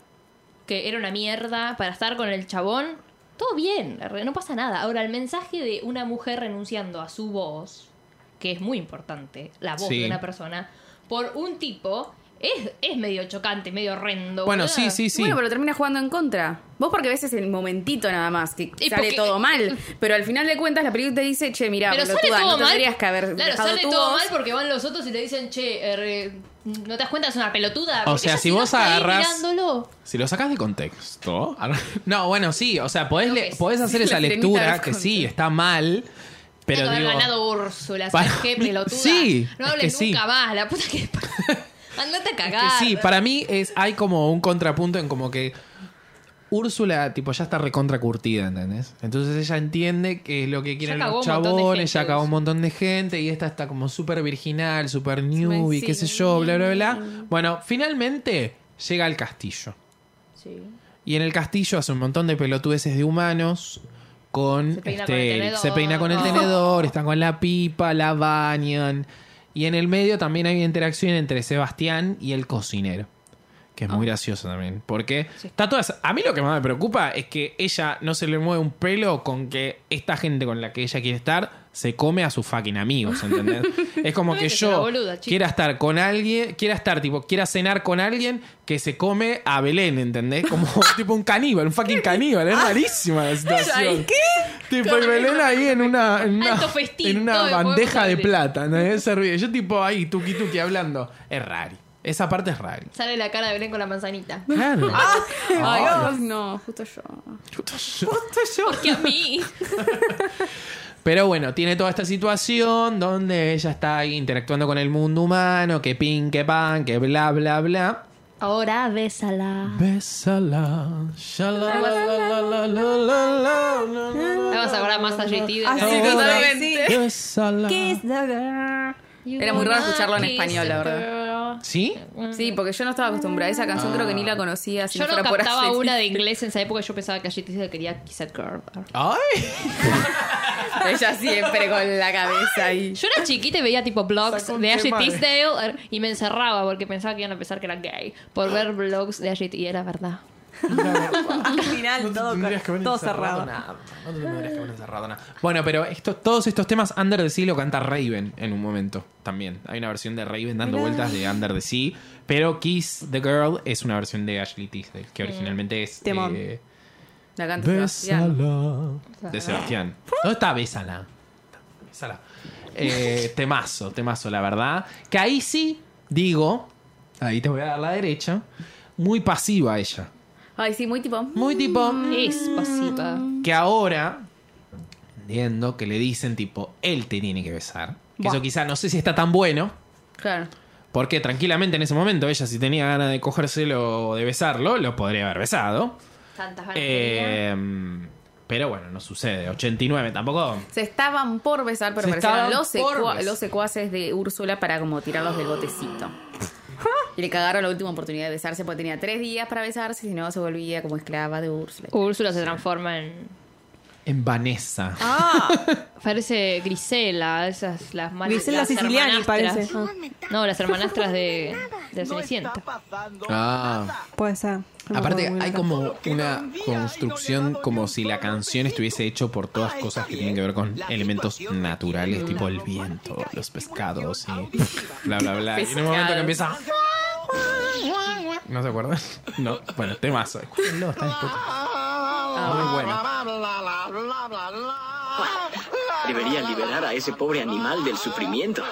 [SPEAKER 2] que era una mierda, para estar con el chabón, todo bien, re- no pasa nada. Ahora, el mensaje de una mujer renunciando a su voz, que es muy importante, la voz
[SPEAKER 1] Sí.
[SPEAKER 2] de una persona, por un tipo... Es, es medio chocante, medio horrendo.
[SPEAKER 1] Bueno,
[SPEAKER 2] boluda.
[SPEAKER 1] sí, sí, sí.
[SPEAKER 4] Bueno, pero termina jugando en contra. Vos porque ves el momentito nada más, que
[SPEAKER 2] Y
[SPEAKER 4] sale
[SPEAKER 2] porque-
[SPEAKER 4] todo
[SPEAKER 2] [LAUGHS]
[SPEAKER 4] mal. Pero al final de cuentas la película te dice, che, mira,
[SPEAKER 2] pero sale
[SPEAKER 4] boluda,
[SPEAKER 2] todo
[SPEAKER 4] no
[SPEAKER 2] mal.
[SPEAKER 4] tendrías que haber
[SPEAKER 2] claro,
[SPEAKER 4] dejado
[SPEAKER 2] sale
[SPEAKER 4] tu
[SPEAKER 2] todo
[SPEAKER 4] voz".
[SPEAKER 2] mal porque van los otros y te dicen, che, er, eh, no te das cuenta, es una pelotuda.
[SPEAKER 1] O
[SPEAKER 2] Porque
[SPEAKER 1] sea,
[SPEAKER 2] ella
[SPEAKER 1] si
[SPEAKER 2] no
[SPEAKER 1] vos
[SPEAKER 2] está ahí
[SPEAKER 1] agarrás-
[SPEAKER 2] mirándolo.
[SPEAKER 1] Si lo sacas de contexto. No, bueno, sí, o sea, podés,
[SPEAKER 2] Creo
[SPEAKER 1] le-
[SPEAKER 2] que
[SPEAKER 1] podés hacer
[SPEAKER 4] sí,
[SPEAKER 1] esa
[SPEAKER 4] la sirenita
[SPEAKER 1] lectura
[SPEAKER 4] del
[SPEAKER 1] que sí,
[SPEAKER 4] contexto.
[SPEAKER 1] está mal. Pero
[SPEAKER 2] Tengo que
[SPEAKER 1] digo.
[SPEAKER 2] haber ganado Úrsula, ¿sabes
[SPEAKER 1] Para-
[SPEAKER 2] qué pelotuda?
[SPEAKER 1] Sí,
[SPEAKER 2] no
[SPEAKER 1] es
[SPEAKER 2] hables
[SPEAKER 1] que sí.
[SPEAKER 2] nunca más, la puta que.
[SPEAKER 1] [LAUGHS]
[SPEAKER 2] Andate
[SPEAKER 1] que
[SPEAKER 2] a cagar.
[SPEAKER 1] sí, para mí es, hay como un contrapunto en como que Úrsula, tipo, ya está recontra curtida, ¿entendés? Entonces ella entiende que es lo que quieren
[SPEAKER 2] cagó
[SPEAKER 1] los
[SPEAKER 2] un montón de
[SPEAKER 1] chabones, ya
[SPEAKER 2] gente,
[SPEAKER 1] acabó un
[SPEAKER 2] Úrsula.
[SPEAKER 1] montón de gente y esta está como súper virginal, súper newbie, qué sé
[SPEAKER 4] sí.
[SPEAKER 1] yo, bla, bla, bla. Bueno, finalmente llega al castillo.
[SPEAKER 2] Sí.
[SPEAKER 1] Y en el castillo hace un montón de pelotudeces de humanos. Con,
[SPEAKER 2] Se peina
[SPEAKER 1] este,
[SPEAKER 2] con el tenedor.
[SPEAKER 1] se peina con el
[SPEAKER 2] [LAUGHS] Oh.
[SPEAKER 1] tenedor, están con la pipa, la bañan. Y en el medio también hay una interacción entre Sebastián y el cocinero. Que
[SPEAKER 2] Ah.
[SPEAKER 1] es muy gracioso también. Porque está toda esa- A mí lo que más me preocupa es que ella no se le mueve un pelo con que esta gente con la que ella quiere estar se come a sus fucking amigos,
[SPEAKER 2] [LAUGHS]
[SPEAKER 1] ¿entendés? es como que
[SPEAKER 2] Obviamente es una
[SPEAKER 1] yo
[SPEAKER 2] boluda, chica.
[SPEAKER 1] quiera estar con alguien, quiera estar, tipo, quiera cenar con alguien que se come a Belén, ¿entendés?
[SPEAKER 2] [LAUGHS]
[SPEAKER 1] Como tipo un caníbal, un fucking caníbal.
[SPEAKER 2] Ah.
[SPEAKER 1] Es rarísima la situación. ¿Qué? Tipo, y Belén ahí en una, en una,
[SPEAKER 2] Alto festín,
[SPEAKER 1] en una
[SPEAKER 2] todo de
[SPEAKER 1] bandeja
[SPEAKER 2] huevos
[SPEAKER 1] de
[SPEAKER 2] dobles.
[SPEAKER 1] plata, ¿entendés? Servido. Yo tipo ahí, tuki tuki hablando. Es rari. Esa parte es rari.
[SPEAKER 2] Sale la cara de Belén con la manzanita.
[SPEAKER 1] Claro.
[SPEAKER 4] [LAUGHS] Ay, Dios, no, justo yo.
[SPEAKER 2] Porque a
[SPEAKER 1] [LAUGHS]
[SPEAKER 2] mí.
[SPEAKER 1] Pero bueno, tiene toda esta situación donde ella está ahí interactuando con el mundo humano, que pin, que pan, que bla, bla, bla.
[SPEAKER 2] Ahora bésala.
[SPEAKER 1] Bésala. shalalalalalala.
[SPEAKER 2] Vamos a hablar más a JT
[SPEAKER 3] Así
[SPEAKER 2] de Belén.
[SPEAKER 1] Ah, no, no,
[SPEAKER 4] totalmente.
[SPEAKER 1] Bésala.
[SPEAKER 3] Kiss the girl.
[SPEAKER 4] Era muy raro escucharlo en español, la
[SPEAKER 2] verdad.
[SPEAKER 1] ¿Sí?
[SPEAKER 4] Sí, porque yo no estaba acostumbrada a esa canción, creo que ni la conocía. Si
[SPEAKER 2] Yo
[SPEAKER 4] no
[SPEAKER 2] no
[SPEAKER 4] fuera por
[SPEAKER 2] captaba
[SPEAKER 4] [LAUGHS] Ashley.
[SPEAKER 2] una de inglés en esa época. Yo pensaba que a JT se la quería Kiss That Girl.
[SPEAKER 1] Ay.
[SPEAKER 4] [LAUGHS] Ella siempre con la cabeza ahí.
[SPEAKER 2] Yo era chiquita y veía tipo blogs
[SPEAKER 1] Sacó un
[SPEAKER 2] de Ashley
[SPEAKER 1] tema de-
[SPEAKER 2] Tisdale er, y me encerraba porque pensaba que iban a pensar que era gay por ver blogs de Ashley y era verdad.
[SPEAKER 3] Al final
[SPEAKER 1] No te
[SPEAKER 3] todo,
[SPEAKER 1] tendrías que haber
[SPEAKER 3] todo
[SPEAKER 1] encerrado
[SPEAKER 3] cerrado.
[SPEAKER 1] nada. No te tendrías que haber encerrado nada. Bueno, pero esto- todos estos temas Under the Sea lo canta Raven en un momento también. Hay una versión de Raven dando vueltas de Under the Sea, pero Kiss the Girl es una versión de Ashley Tisdale, que
[SPEAKER 3] Mm.
[SPEAKER 1] originalmente es
[SPEAKER 3] Temón.
[SPEAKER 1] eh,
[SPEAKER 4] La canta Sebastián.
[SPEAKER 1] de Sebastián. ¿Dónde está Bésala? Bésala.
[SPEAKER 3] [LAUGHS]
[SPEAKER 1] Eh, temazo, temazo, la verdad. Que ahí sí digo, ahí te voy a dar la derecha, muy pasiva ella.
[SPEAKER 4] Ay, sí, muy tipo.
[SPEAKER 1] Muy tipo...
[SPEAKER 3] Mm.
[SPEAKER 2] Es pasiva.
[SPEAKER 1] que ahora entiendo que le dicen tipo él te tiene que besar Que
[SPEAKER 3] Buah.
[SPEAKER 1] eso quizá no sé si está tan bueno
[SPEAKER 4] Claro.
[SPEAKER 1] porque tranquilamente en ese momento ella si tenía ganas de cogérselo o de besarlo lo podría haber besado
[SPEAKER 2] Tantas ganas. tenía.
[SPEAKER 1] Eh, pero bueno no sucede 89 tampoco
[SPEAKER 4] Se estaban por besar, pero
[SPEAKER 1] Se
[SPEAKER 4] aparecieron
[SPEAKER 1] estaban
[SPEAKER 4] los,
[SPEAKER 1] por
[SPEAKER 4] secua-
[SPEAKER 1] besar.
[SPEAKER 4] los secuaces de Úrsula para como tirarlos del botecito. Y le cagaron la última oportunidad de besarse porque tenía tres días para besarse, si no se volvía como esclava de Úrsula.
[SPEAKER 2] Úrsula se transforma en.
[SPEAKER 1] en Vanessa
[SPEAKER 2] Parece Grisela, esas las malas.
[SPEAKER 3] Grisela
[SPEAKER 2] las
[SPEAKER 3] Siciliani
[SPEAKER 2] hermanastras.
[SPEAKER 6] parece.
[SPEAKER 2] No, las hermanastras de, de Cenicienta.
[SPEAKER 1] ah
[SPEAKER 3] Puede ser. No me
[SPEAKER 1] Aparte,
[SPEAKER 3] acuerdo
[SPEAKER 1] hay
[SPEAKER 3] muy bien.
[SPEAKER 1] como una construcción como si la canción estuviese hecho por todas cosas que tienen que ver con elementos naturales, tipo el viento, los pescados y [LAUGHS] bla, bla, bla. Y en un momento que empieza... ¿No se acuerdan? [LAUGHS] No, bueno, temazo. No, está en Spotify. Muy bueno.
[SPEAKER 7] Deberían liberar a ese pobre animal del sufrimiento.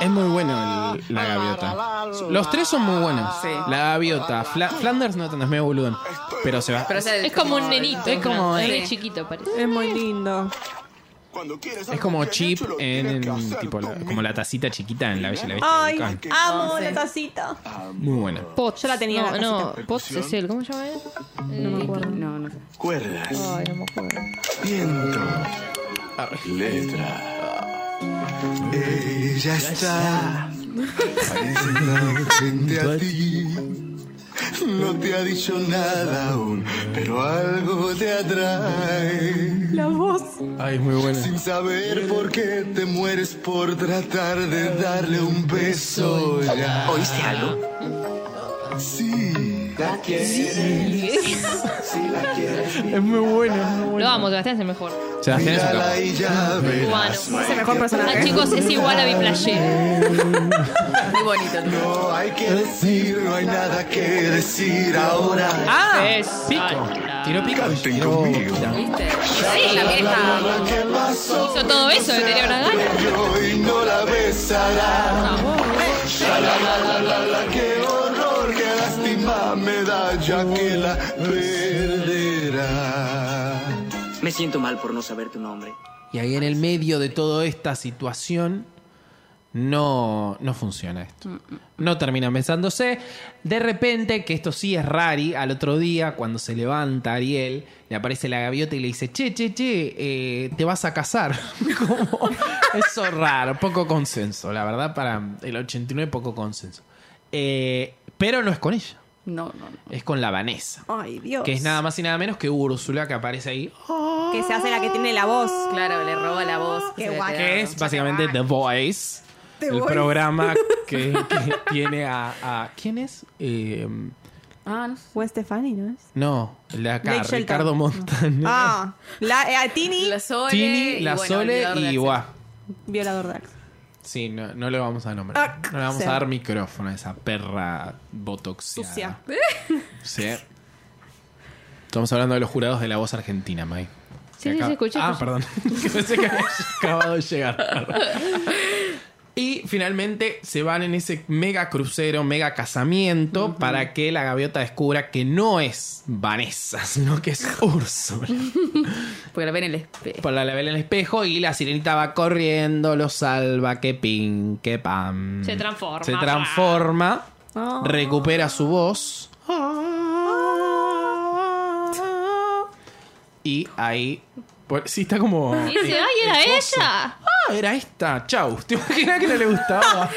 [SPEAKER 1] Es muy bueno el- la gaviota. Los tres son muy buenos.
[SPEAKER 4] Sí.
[SPEAKER 1] La gaviota. Fla- Flanders no tanto, es medio boludón. Pero se va.
[SPEAKER 4] Pero, o sea,
[SPEAKER 2] Es como un nenito.
[SPEAKER 1] Es como-
[SPEAKER 2] Es re
[SPEAKER 4] Sí.
[SPEAKER 2] chiquito, parece.
[SPEAKER 3] Es muy lindo.
[SPEAKER 1] Es como chip en, en- tipo la- como la tacita chiquita en la Bella y la Bestia.
[SPEAKER 3] Ay,
[SPEAKER 1] Ah,
[SPEAKER 3] amo
[SPEAKER 4] Sí.
[SPEAKER 3] la tacita.
[SPEAKER 1] Muy buena.
[SPEAKER 2] Potts.
[SPEAKER 3] Yo la tenía en la
[SPEAKER 2] No, no Potts es él. ¿Cómo se llama él?
[SPEAKER 4] No me acuerdo. No, no.
[SPEAKER 5] Cuerdas,
[SPEAKER 2] Ay, no me acuerdo.
[SPEAKER 5] viento, letra. Ella está parece estar frente a ti. No te ha dicho nada aún, pero algo te atrae.
[SPEAKER 3] La voz.
[SPEAKER 1] Ay, es muy buena.
[SPEAKER 5] Sin saber por qué te mueres por tratar de darle un beso ya.
[SPEAKER 7] ¿Oíste algo?
[SPEAKER 5] Sí. La quieres. Sí, la quieres.
[SPEAKER 1] Es muy buena.
[SPEAKER 2] Lo amo, Sebastián es el mejor.
[SPEAKER 1] Sebastián es un capo.
[SPEAKER 5] Mírala y ya
[SPEAKER 2] Cubano.
[SPEAKER 5] verás.
[SPEAKER 2] Es
[SPEAKER 3] Es el mejor
[SPEAKER 2] Ah,
[SPEAKER 3] personaje.
[SPEAKER 2] chicos, es igual a Biplayer.
[SPEAKER 4] Muy bonito.
[SPEAKER 5] No hay que decir, no hay nada que decir ahora.
[SPEAKER 1] Ah,
[SPEAKER 2] Es-
[SPEAKER 1] pico.
[SPEAKER 2] Ay, la-
[SPEAKER 1] Tiró pico.
[SPEAKER 5] Canten
[SPEAKER 1] tiró
[SPEAKER 5] conmigo.
[SPEAKER 1] pita.
[SPEAKER 4] ¿Viste?
[SPEAKER 2] Sí,
[SPEAKER 4] También está-
[SPEAKER 5] ¿Qué pasó?
[SPEAKER 2] Hizo todo eso, le tenía una gana. Ah,
[SPEAKER 5] Yo y no la besará. La, la, la, la, la, la, qué horror, qué lástima me da ya que la perderá.
[SPEAKER 7] Me siento mal por no saber tu nombre.
[SPEAKER 1] Y ahí en el medio de toda esta situación no, no funciona esto. No terminan besándose. De repente, que esto sí es rari, al otro día cuando se levanta Ariel, le aparece la gaviota y le dice, che, che, che, eh, te vas a casar. [LAUGHS] Como, eso raro, poco consenso, la verdad, para el 89 poco consenso. Eh, pero no es con ella,
[SPEAKER 4] No, no, no.
[SPEAKER 1] es con la Vanessa.
[SPEAKER 3] Ay, Dios.
[SPEAKER 1] Que es nada más y nada menos que Úrsula que aparece ahí.
[SPEAKER 3] Que se hace la que tiene la voz.
[SPEAKER 4] Claro, le roba la voz.
[SPEAKER 3] Qué
[SPEAKER 4] se le
[SPEAKER 3] guay.
[SPEAKER 4] queda-
[SPEAKER 1] que es básicamente The Voice. el
[SPEAKER 3] Voice. [LAUGHS]
[SPEAKER 1] programa que, que tiene a, a- ¿Quién es? Eh,
[SPEAKER 4] Ah, no sé.
[SPEAKER 3] Fue Stefani, ¿no es?
[SPEAKER 1] no, el de acá,
[SPEAKER 3] Blake Shelton.
[SPEAKER 1] Ricardo Montaner.
[SPEAKER 3] Ah, la, eh, a Tini,
[SPEAKER 4] La Sole.
[SPEAKER 1] Tini,
[SPEAKER 4] y
[SPEAKER 1] La
[SPEAKER 4] bueno,
[SPEAKER 1] Sole
[SPEAKER 4] olvidador de
[SPEAKER 1] y
[SPEAKER 4] Axel.
[SPEAKER 1] Guá.
[SPEAKER 3] violador de Axel.
[SPEAKER 1] Sí, no, no le vamos a nombrar.
[SPEAKER 3] Ah,
[SPEAKER 1] No le vamos
[SPEAKER 3] sí.
[SPEAKER 1] a dar micrófono a esa perra botoxiada.
[SPEAKER 3] Sucia.
[SPEAKER 1] Sí. Estamos hablando de los jurados de La Voz Argentina, May. Que
[SPEAKER 2] Sí, sí,
[SPEAKER 1] acá-
[SPEAKER 2] sí, escuché,
[SPEAKER 1] Ah,
[SPEAKER 2] escuché.
[SPEAKER 1] perdón. [LAUGHS] Que Pensé que había acabado de llegar. Y finalmente se van en ese mega crucero, mega casamiento, para que la gaviota descubra que no es Vanessa, sino que es Úrsula.
[SPEAKER 4] Porque la ven en el espejo.
[SPEAKER 1] Por la ve en el espejo y la sirenita va corriendo, lo salva, que pin, que pam.
[SPEAKER 2] Se transforma.
[SPEAKER 1] Se transforma, recupera su voz.
[SPEAKER 2] Ah.
[SPEAKER 1] Y ahí. pues, Sí, está como.
[SPEAKER 2] Y dice, ay, era ella.
[SPEAKER 1] Ah, era esta. Chau. [LAUGHS] ¿Te imaginas que no le
[SPEAKER 2] [LAUGHS]
[SPEAKER 1] gustaba?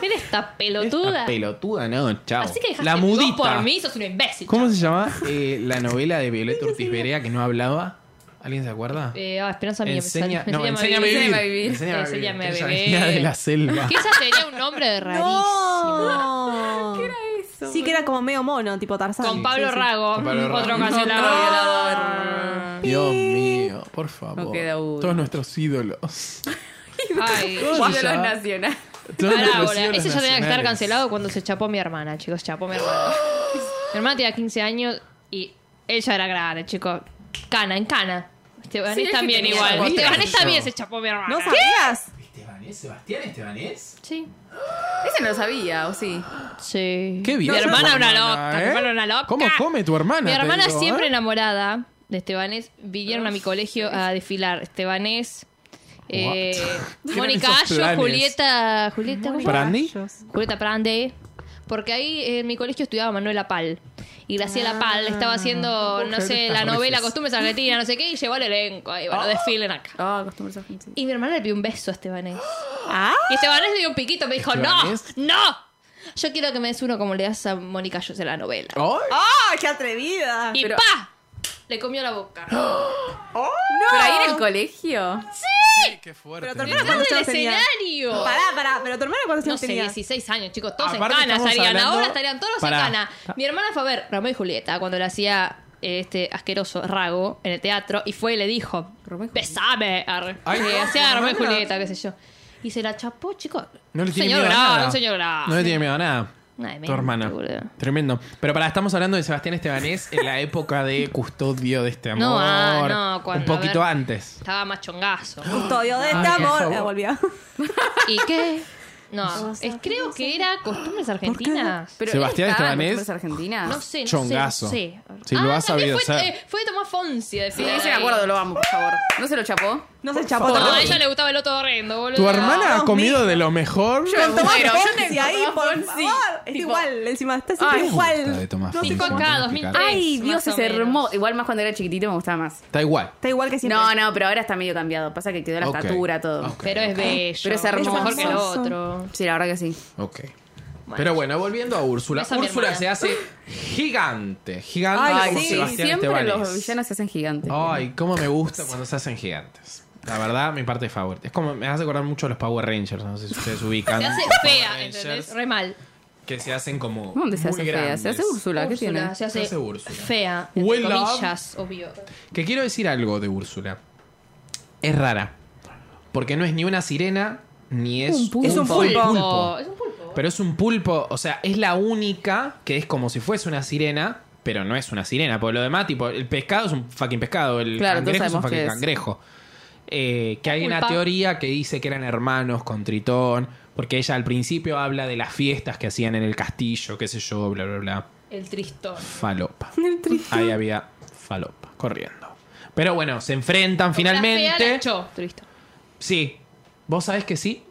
[SPEAKER 2] Era esta
[SPEAKER 1] Esta
[SPEAKER 2] pelotuda.
[SPEAKER 1] pelotuda, no, chau.
[SPEAKER 2] Así que dejaste
[SPEAKER 1] la
[SPEAKER 2] vos
[SPEAKER 1] mudita.
[SPEAKER 2] por mí, sos un imbécil.
[SPEAKER 1] ¿Cómo se llama eh, la novela
[SPEAKER 2] [LAUGHS]
[SPEAKER 1] de Violeta Ortiz Berea que no hablaba? ¿Alguien se acuerda?
[SPEAKER 2] Eh, ah, Esperanza mía. me [LAUGHS]
[SPEAKER 1] Enseña,
[SPEAKER 2] sale-
[SPEAKER 1] no,
[SPEAKER 2] me
[SPEAKER 1] enséñame a
[SPEAKER 2] vivir.
[SPEAKER 1] vivir.
[SPEAKER 4] Enséñame a vivir.
[SPEAKER 1] Enséñame a vivir.
[SPEAKER 2] Enséñame a
[SPEAKER 1] Ella
[SPEAKER 2] beber.
[SPEAKER 1] venía de la selva.
[SPEAKER 2] Que ella tenía
[SPEAKER 4] [LAUGHS]
[SPEAKER 2] un nombre rarísimo.
[SPEAKER 3] No. [LAUGHS] ¿Qué era eso? Sí, que era como medio mono, tipo Tarzán.
[SPEAKER 2] Con Pablo
[SPEAKER 3] Sí, sí.
[SPEAKER 2] Rago,
[SPEAKER 1] Con Pablo Rago.
[SPEAKER 2] [LAUGHS] otro
[SPEAKER 1] Otro
[SPEAKER 2] cancelador.
[SPEAKER 1] Dios mío, por favor.
[SPEAKER 4] No queda uno.
[SPEAKER 1] Todos nuestros ídolos.
[SPEAKER 2] Ay,
[SPEAKER 1] ¿Cómo se
[SPEAKER 4] Ídolos
[SPEAKER 1] llama?
[SPEAKER 4] nacional.
[SPEAKER 1] Todos
[SPEAKER 2] pará,
[SPEAKER 1] nuestros
[SPEAKER 2] boludo.
[SPEAKER 1] ídolos
[SPEAKER 2] Ese ya tenía que estar
[SPEAKER 1] nacionales.
[SPEAKER 2] cancelado cuando se chapó mi hermana, chicos. Chapó mi hermana.
[SPEAKER 1] [GASPS]
[SPEAKER 2] mi hermana tenía 15 años y ella era grande, chicos. Cana, en cana. Estebanés
[SPEAKER 4] Sí, es que
[SPEAKER 2] también
[SPEAKER 4] tenía
[SPEAKER 2] igual.
[SPEAKER 1] cuatro
[SPEAKER 2] Estebanés
[SPEAKER 1] años.
[SPEAKER 2] también se chapó mi hermana.
[SPEAKER 3] ¿No sabías?
[SPEAKER 1] ¿Estebanés? ¿Sebastián Estebanés?
[SPEAKER 2] Sí.
[SPEAKER 4] Ese no lo sabía, ¿o sí?
[SPEAKER 2] Sí.
[SPEAKER 1] Qué bien.
[SPEAKER 2] Mi
[SPEAKER 1] tu
[SPEAKER 2] hermana una loca.
[SPEAKER 1] ¿eh?
[SPEAKER 2] Mi hermana una loca.
[SPEAKER 1] ¿Cómo come tu hermana?
[SPEAKER 2] Mi
[SPEAKER 1] te
[SPEAKER 2] hermana
[SPEAKER 1] digo,
[SPEAKER 2] siempre
[SPEAKER 1] eh?
[SPEAKER 2] enamorada de Estebanés. Vinieron a mi colegio a desfilar. Estebanés, eh,
[SPEAKER 1] What? [LAUGHS] ¿Qué
[SPEAKER 2] Mónica
[SPEAKER 1] eran esos
[SPEAKER 2] Ayo,
[SPEAKER 1] planes?
[SPEAKER 2] Julieta, Julieta, ¿cómo se llama?
[SPEAKER 1] ¿Brandy?
[SPEAKER 3] Rayos.
[SPEAKER 2] Julieta Prande. Porque ahí en mi colegio estudiaba Manuela Pal. Y Graciela Pal estaba haciendo, no
[SPEAKER 1] creer
[SPEAKER 2] sé,
[SPEAKER 1] estas
[SPEAKER 2] la novela
[SPEAKER 1] redes.
[SPEAKER 2] Costumbres Argentinas, no sé qué, y llevó al elenco. Y bueno, desfilen acá.
[SPEAKER 4] Ah, costumbres argentinas.
[SPEAKER 2] Y mi hermana le pidió un beso a Estebanés.
[SPEAKER 3] Ah,
[SPEAKER 2] Y Estebanés le dio un piquito, me dijo, no,
[SPEAKER 1] ¿Estebanés?
[SPEAKER 2] no. Yo quiero que me des uno como le das a Mónica Ayos en la novela.
[SPEAKER 1] Ay,
[SPEAKER 3] ¡Ah, qué atrevida.
[SPEAKER 2] Y
[SPEAKER 4] Pero-
[SPEAKER 2] pa, le comió la boca.
[SPEAKER 4] Pero ahí en el colegio.
[SPEAKER 1] qué fuerte.
[SPEAKER 3] Pero tu hermana
[SPEAKER 2] ¡Detrás
[SPEAKER 3] cuántos
[SPEAKER 2] del
[SPEAKER 3] años tenía.
[SPEAKER 2] escenario!
[SPEAKER 3] Pará, pará, pero tu hermana cuántos
[SPEAKER 2] No
[SPEAKER 3] años
[SPEAKER 2] sé,
[SPEAKER 3] tenía.
[SPEAKER 2] 16 años, chicos, todos
[SPEAKER 1] Aparte
[SPEAKER 2] en cana
[SPEAKER 1] estamos
[SPEAKER 2] estarían.
[SPEAKER 1] hablando-
[SPEAKER 2] Ahora estarían todos
[SPEAKER 1] Pará.
[SPEAKER 2] en cana. Mi hermana fue a ver Romeo y Julieta cuando le hacía eh, este asqueroso rago en el teatro y fue y le dijo:
[SPEAKER 4] Romeo y Julieta.
[SPEAKER 2] ¡Besame! arre".
[SPEAKER 1] Ay,
[SPEAKER 2] Le
[SPEAKER 1] no,
[SPEAKER 2] hacía
[SPEAKER 1] tu
[SPEAKER 2] Romeo y
[SPEAKER 1] hermana.
[SPEAKER 2] Julieta, qué sé yo. Y se la chapó, chicos.
[SPEAKER 1] No le
[SPEAKER 2] Un
[SPEAKER 1] tiene
[SPEAKER 2] señor
[SPEAKER 1] miedo a
[SPEAKER 2] bravo,
[SPEAKER 1] nada.
[SPEAKER 2] un señor bravo.
[SPEAKER 1] No le tiene miedo a nada.
[SPEAKER 2] Una
[SPEAKER 1] Tu
[SPEAKER 2] demente,
[SPEAKER 1] hermana.
[SPEAKER 2] boludo.
[SPEAKER 1] Tremendo. Pero para, estamos hablando de Sebastián Estebanés en la época de custodio de este amor.
[SPEAKER 2] No, ah, no, cuando-
[SPEAKER 1] Un poquito
[SPEAKER 2] a ver.
[SPEAKER 1] antes.
[SPEAKER 2] Estaba más
[SPEAKER 1] [GASPS]
[SPEAKER 2] chongazo.
[SPEAKER 3] Custodio de este
[SPEAKER 1] Ay, por
[SPEAKER 3] amor.
[SPEAKER 1] favor.
[SPEAKER 3] Ah, volvió. [LAUGHS]
[SPEAKER 2] ¿Y qué? No, es- creo que era costumbres argentinas.
[SPEAKER 4] Pero
[SPEAKER 1] Sebastián
[SPEAKER 4] él estaba en
[SPEAKER 1] Estebanés.
[SPEAKER 4] costumbres argentinas.
[SPEAKER 2] No sé, no
[SPEAKER 1] Chongazo.
[SPEAKER 2] sé. No sé.
[SPEAKER 1] Si lo has
[SPEAKER 2] también
[SPEAKER 1] sabido
[SPEAKER 2] fue,
[SPEAKER 1] hacer.
[SPEAKER 2] eh, fue de Tomás Fonsi. de
[SPEAKER 4] Sí,
[SPEAKER 2] Fidel.
[SPEAKER 4] ese me acuerdo, lo amo, por favor. ¿No se lo chapó?
[SPEAKER 3] No se chapó
[SPEAKER 2] No,
[SPEAKER 3] todo.
[SPEAKER 2] a ella le gustaba el otro horrendo, boludo.
[SPEAKER 1] ¿Tu hermana ha
[SPEAKER 3] Dios
[SPEAKER 1] comido
[SPEAKER 3] mío.
[SPEAKER 1] de lo mejor?
[SPEAKER 4] Yo me
[SPEAKER 3] Tomás
[SPEAKER 4] muero, yo
[SPEAKER 3] Fonsi
[SPEAKER 4] te-
[SPEAKER 3] ahí,
[SPEAKER 4] Tomás
[SPEAKER 3] por
[SPEAKER 4] Fonsi.
[SPEAKER 3] favor. Es
[SPEAKER 2] Tipo-
[SPEAKER 3] igual, encima está siempre
[SPEAKER 4] Ay.
[SPEAKER 1] Puta de
[SPEAKER 3] igual.
[SPEAKER 1] Tomás
[SPEAKER 3] No sé
[SPEAKER 1] Fonsi.
[SPEAKER 2] Cinco
[SPEAKER 3] cómo.
[SPEAKER 2] acá,
[SPEAKER 1] Explicar.
[SPEAKER 2] 2003.
[SPEAKER 4] Ay,
[SPEAKER 2] más
[SPEAKER 4] Dios,
[SPEAKER 2] o
[SPEAKER 4] ese
[SPEAKER 2] menos.
[SPEAKER 4] hermoso. Igual más cuando era chiquitito me gustaba más.
[SPEAKER 1] Está igual.
[SPEAKER 3] Está igual que siempre.
[SPEAKER 4] No, no, pero ahora está medio cambiado. Pasa que quedó la
[SPEAKER 1] Ok.
[SPEAKER 4] estatura, todo.
[SPEAKER 1] Ok,
[SPEAKER 2] Pero es bello.
[SPEAKER 4] Pero es
[SPEAKER 2] mucho
[SPEAKER 4] hermoso.
[SPEAKER 2] mejor que el otro.
[SPEAKER 4] Sí, la verdad que sí.
[SPEAKER 1] Ok. Pero bueno, volviendo a Úrsula.
[SPEAKER 2] Beso a mi
[SPEAKER 1] Úrsula
[SPEAKER 2] hermana.
[SPEAKER 1] se hace gigante. Gigante
[SPEAKER 3] Ay,
[SPEAKER 1] como
[SPEAKER 3] sí,
[SPEAKER 1] Sebastián
[SPEAKER 4] siempre
[SPEAKER 1] Estebanés. Oh,
[SPEAKER 4] los villanos se hacen gigantes.
[SPEAKER 1] Ay, cómo me gusta cuando se hacen gigantes. La verdad, mi parte favorita. Es como me hace acordar mucho a los Power Rangers. No sé si ustedes ubican.
[SPEAKER 2] Se hace
[SPEAKER 1] los Power
[SPEAKER 2] fea,
[SPEAKER 1] Rangers,
[SPEAKER 2] ¿entendés? Re mal.
[SPEAKER 1] Que se hacen como.
[SPEAKER 4] ¿Dónde se
[SPEAKER 1] muy
[SPEAKER 4] hace fea? Se hace
[SPEAKER 1] grandes.
[SPEAKER 4] Úrsula, ¿qué
[SPEAKER 2] Úrsula,
[SPEAKER 4] tiene?
[SPEAKER 2] Se hace,
[SPEAKER 1] Se hace Úrsula.
[SPEAKER 2] fea, entre
[SPEAKER 1] Well, um, love.
[SPEAKER 2] comillas, obvio.
[SPEAKER 1] Que quiero decir algo de Úrsula. Es rara. Porque no es ni una sirena, ni es
[SPEAKER 4] Uh, Un pulpo.
[SPEAKER 3] Es un pulpo.
[SPEAKER 2] Es un pulpo.
[SPEAKER 1] Pero es un pulpo, o sea, es la única que es como si fuese una sirena, pero no es una sirena. Por lo demás, tipo, el pescado es un fucking pescado, el
[SPEAKER 4] Claro, todos
[SPEAKER 1] cangrejo es un
[SPEAKER 4] sabemos
[SPEAKER 1] fucking
[SPEAKER 4] qué es.
[SPEAKER 1] cangrejo. Eh, que hay una
[SPEAKER 2] Pulpa.
[SPEAKER 1] teoría que dice que eran hermanos con Tritón, porque ella al principio habla de las fiestas que hacían en el castillo, qué sé yo, bla, bla, bla.
[SPEAKER 2] El tristón.
[SPEAKER 1] Falopa.
[SPEAKER 2] [LAUGHS]
[SPEAKER 1] Ahí había falopa, corriendo. Pero bueno, se enfrentan
[SPEAKER 2] La fea la
[SPEAKER 1] finalmente.
[SPEAKER 2] echó, tristón.
[SPEAKER 1] Sí, vos sabés que sí.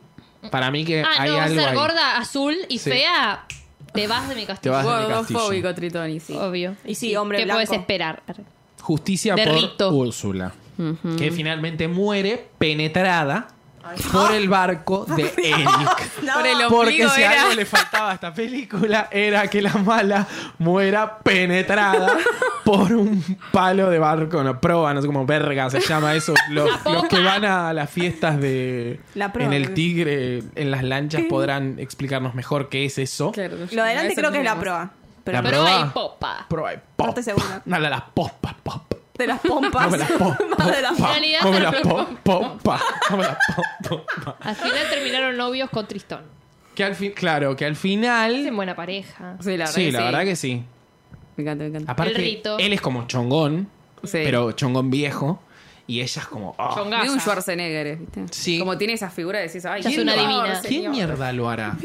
[SPEAKER 1] Para mí que
[SPEAKER 2] Ah,
[SPEAKER 1] eh, hay
[SPEAKER 2] no,
[SPEAKER 1] algo
[SPEAKER 2] ser
[SPEAKER 1] ahí.
[SPEAKER 2] gorda, azul y
[SPEAKER 1] Sí.
[SPEAKER 2] fea, te vas de mi castillo.
[SPEAKER 1] vas.
[SPEAKER 4] Gordofóbico, Tritoni, sí.
[SPEAKER 2] Obvio.
[SPEAKER 3] Y sí, hombre
[SPEAKER 2] ¿Qué
[SPEAKER 3] blanco.
[SPEAKER 2] puedes esperar?
[SPEAKER 1] Justicia
[SPEAKER 2] De
[SPEAKER 1] por
[SPEAKER 2] Rito.
[SPEAKER 1] Úrsula, que finalmente muere penetrada por el barco
[SPEAKER 3] [LAUGHS]
[SPEAKER 1] de Eric.
[SPEAKER 3] No.
[SPEAKER 4] Por el
[SPEAKER 1] Porque
[SPEAKER 4] ombligo
[SPEAKER 1] si
[SPEAKER 4] era.
[SPEAKER 1] algo le faltaba a esta película era que la mala muera
[SPEAKER 3] [LAUGHS]
[SPEAKER 1] penetrada por un palo de barco, no proa, no sé cómo verga se llama
[SPEAKER 3] [LAUGHS]
[SPEAKER 1] eso. Los, los que van a las fiestas de
[SPEAKER 3] La proa.
[SPEAKER 1] en el Tigre, en las lanchas podrán explicarnos mejor qué es eso.
[SPEAKER 4] Claro,
[SPEAKER 3] Lo de adelante
[SPEAKER 4] eso
[SPEAKER 3] creo que es la
[SPEAKER 4] tenemos.
[SPEAKER 3] proa.
[SPEAKER 1] La
[SPEAKER 3] Pero
[SPEAKER 2] Pero
[SPEAKER 1] proa.
[SPEAKER 2] hay popa.
[SPEAKER 1] Proa y
[SPEAKER 3] No
[SPEAKER 1] pop.
[SPEAKER 3] estoy segura.
[SPEAKER 1] Dale a las pospas, pop.
[SPEAKER 3] de las
[SPEAKER 1] [LAUGHS]
[SPEAKER 3] pompas.
[SPEAKER 1] Dame la pop,
[SPEAKER 3] Más de las
[SPEAKER 1] popa.
[SPEAKER 2] realidad,
[SPEAKER 1] Dame la
[SPEAKER 2] pero-
[SPEAKER 1] pop, popa. Dame la pop, popa.
[SPEAKER 2] Al final terminaron novios con Tristón.
[SPEAKER 1] Que al fin, claro, que al
[SPEAKER 2] Hacen
[SPEAKER 1] final.
[SPEAKER 2] buena pareja.
[SPEAKER 4] Sí, la verdad,
[SPEAKER 1] sí,
[SPEAKER 4] que,
[SPEAKER 1] la
[SPEAKER 4] sí.
[SPEAKER 1] verdad que sí.
[SPEAKER 4] Me encanta, me encanta.
[SPEAKER 1] Aparte,
[SPEAKER 2] El rito.
[SPEAKER 1] él es como chongón,
[SPEAKER 4] Sí.
[SPEAKER 1] pero chongón viejo. Y ella es como. ah,
[SPEAKER 2] Chongaza.
[SPEAKER 4] Vi un Schwarzenegger, ¿viste?
[SPEAKER 1] Sí.
[SPEAKER 4] Como tiene esa figura, decís, ay,
[SPEAKER 2] Ya es
[SPEAKER 4] ¿quién
[SPEAKER 2] una
[SPEAKER 4] lo
[SPEAKER 2] divina.
[SPEAKER 4] va a ver,
[SPEAKER 1] ¿Quién
[SPEAKER 4] señor?
[SPEAKER 1] mierda lo hará?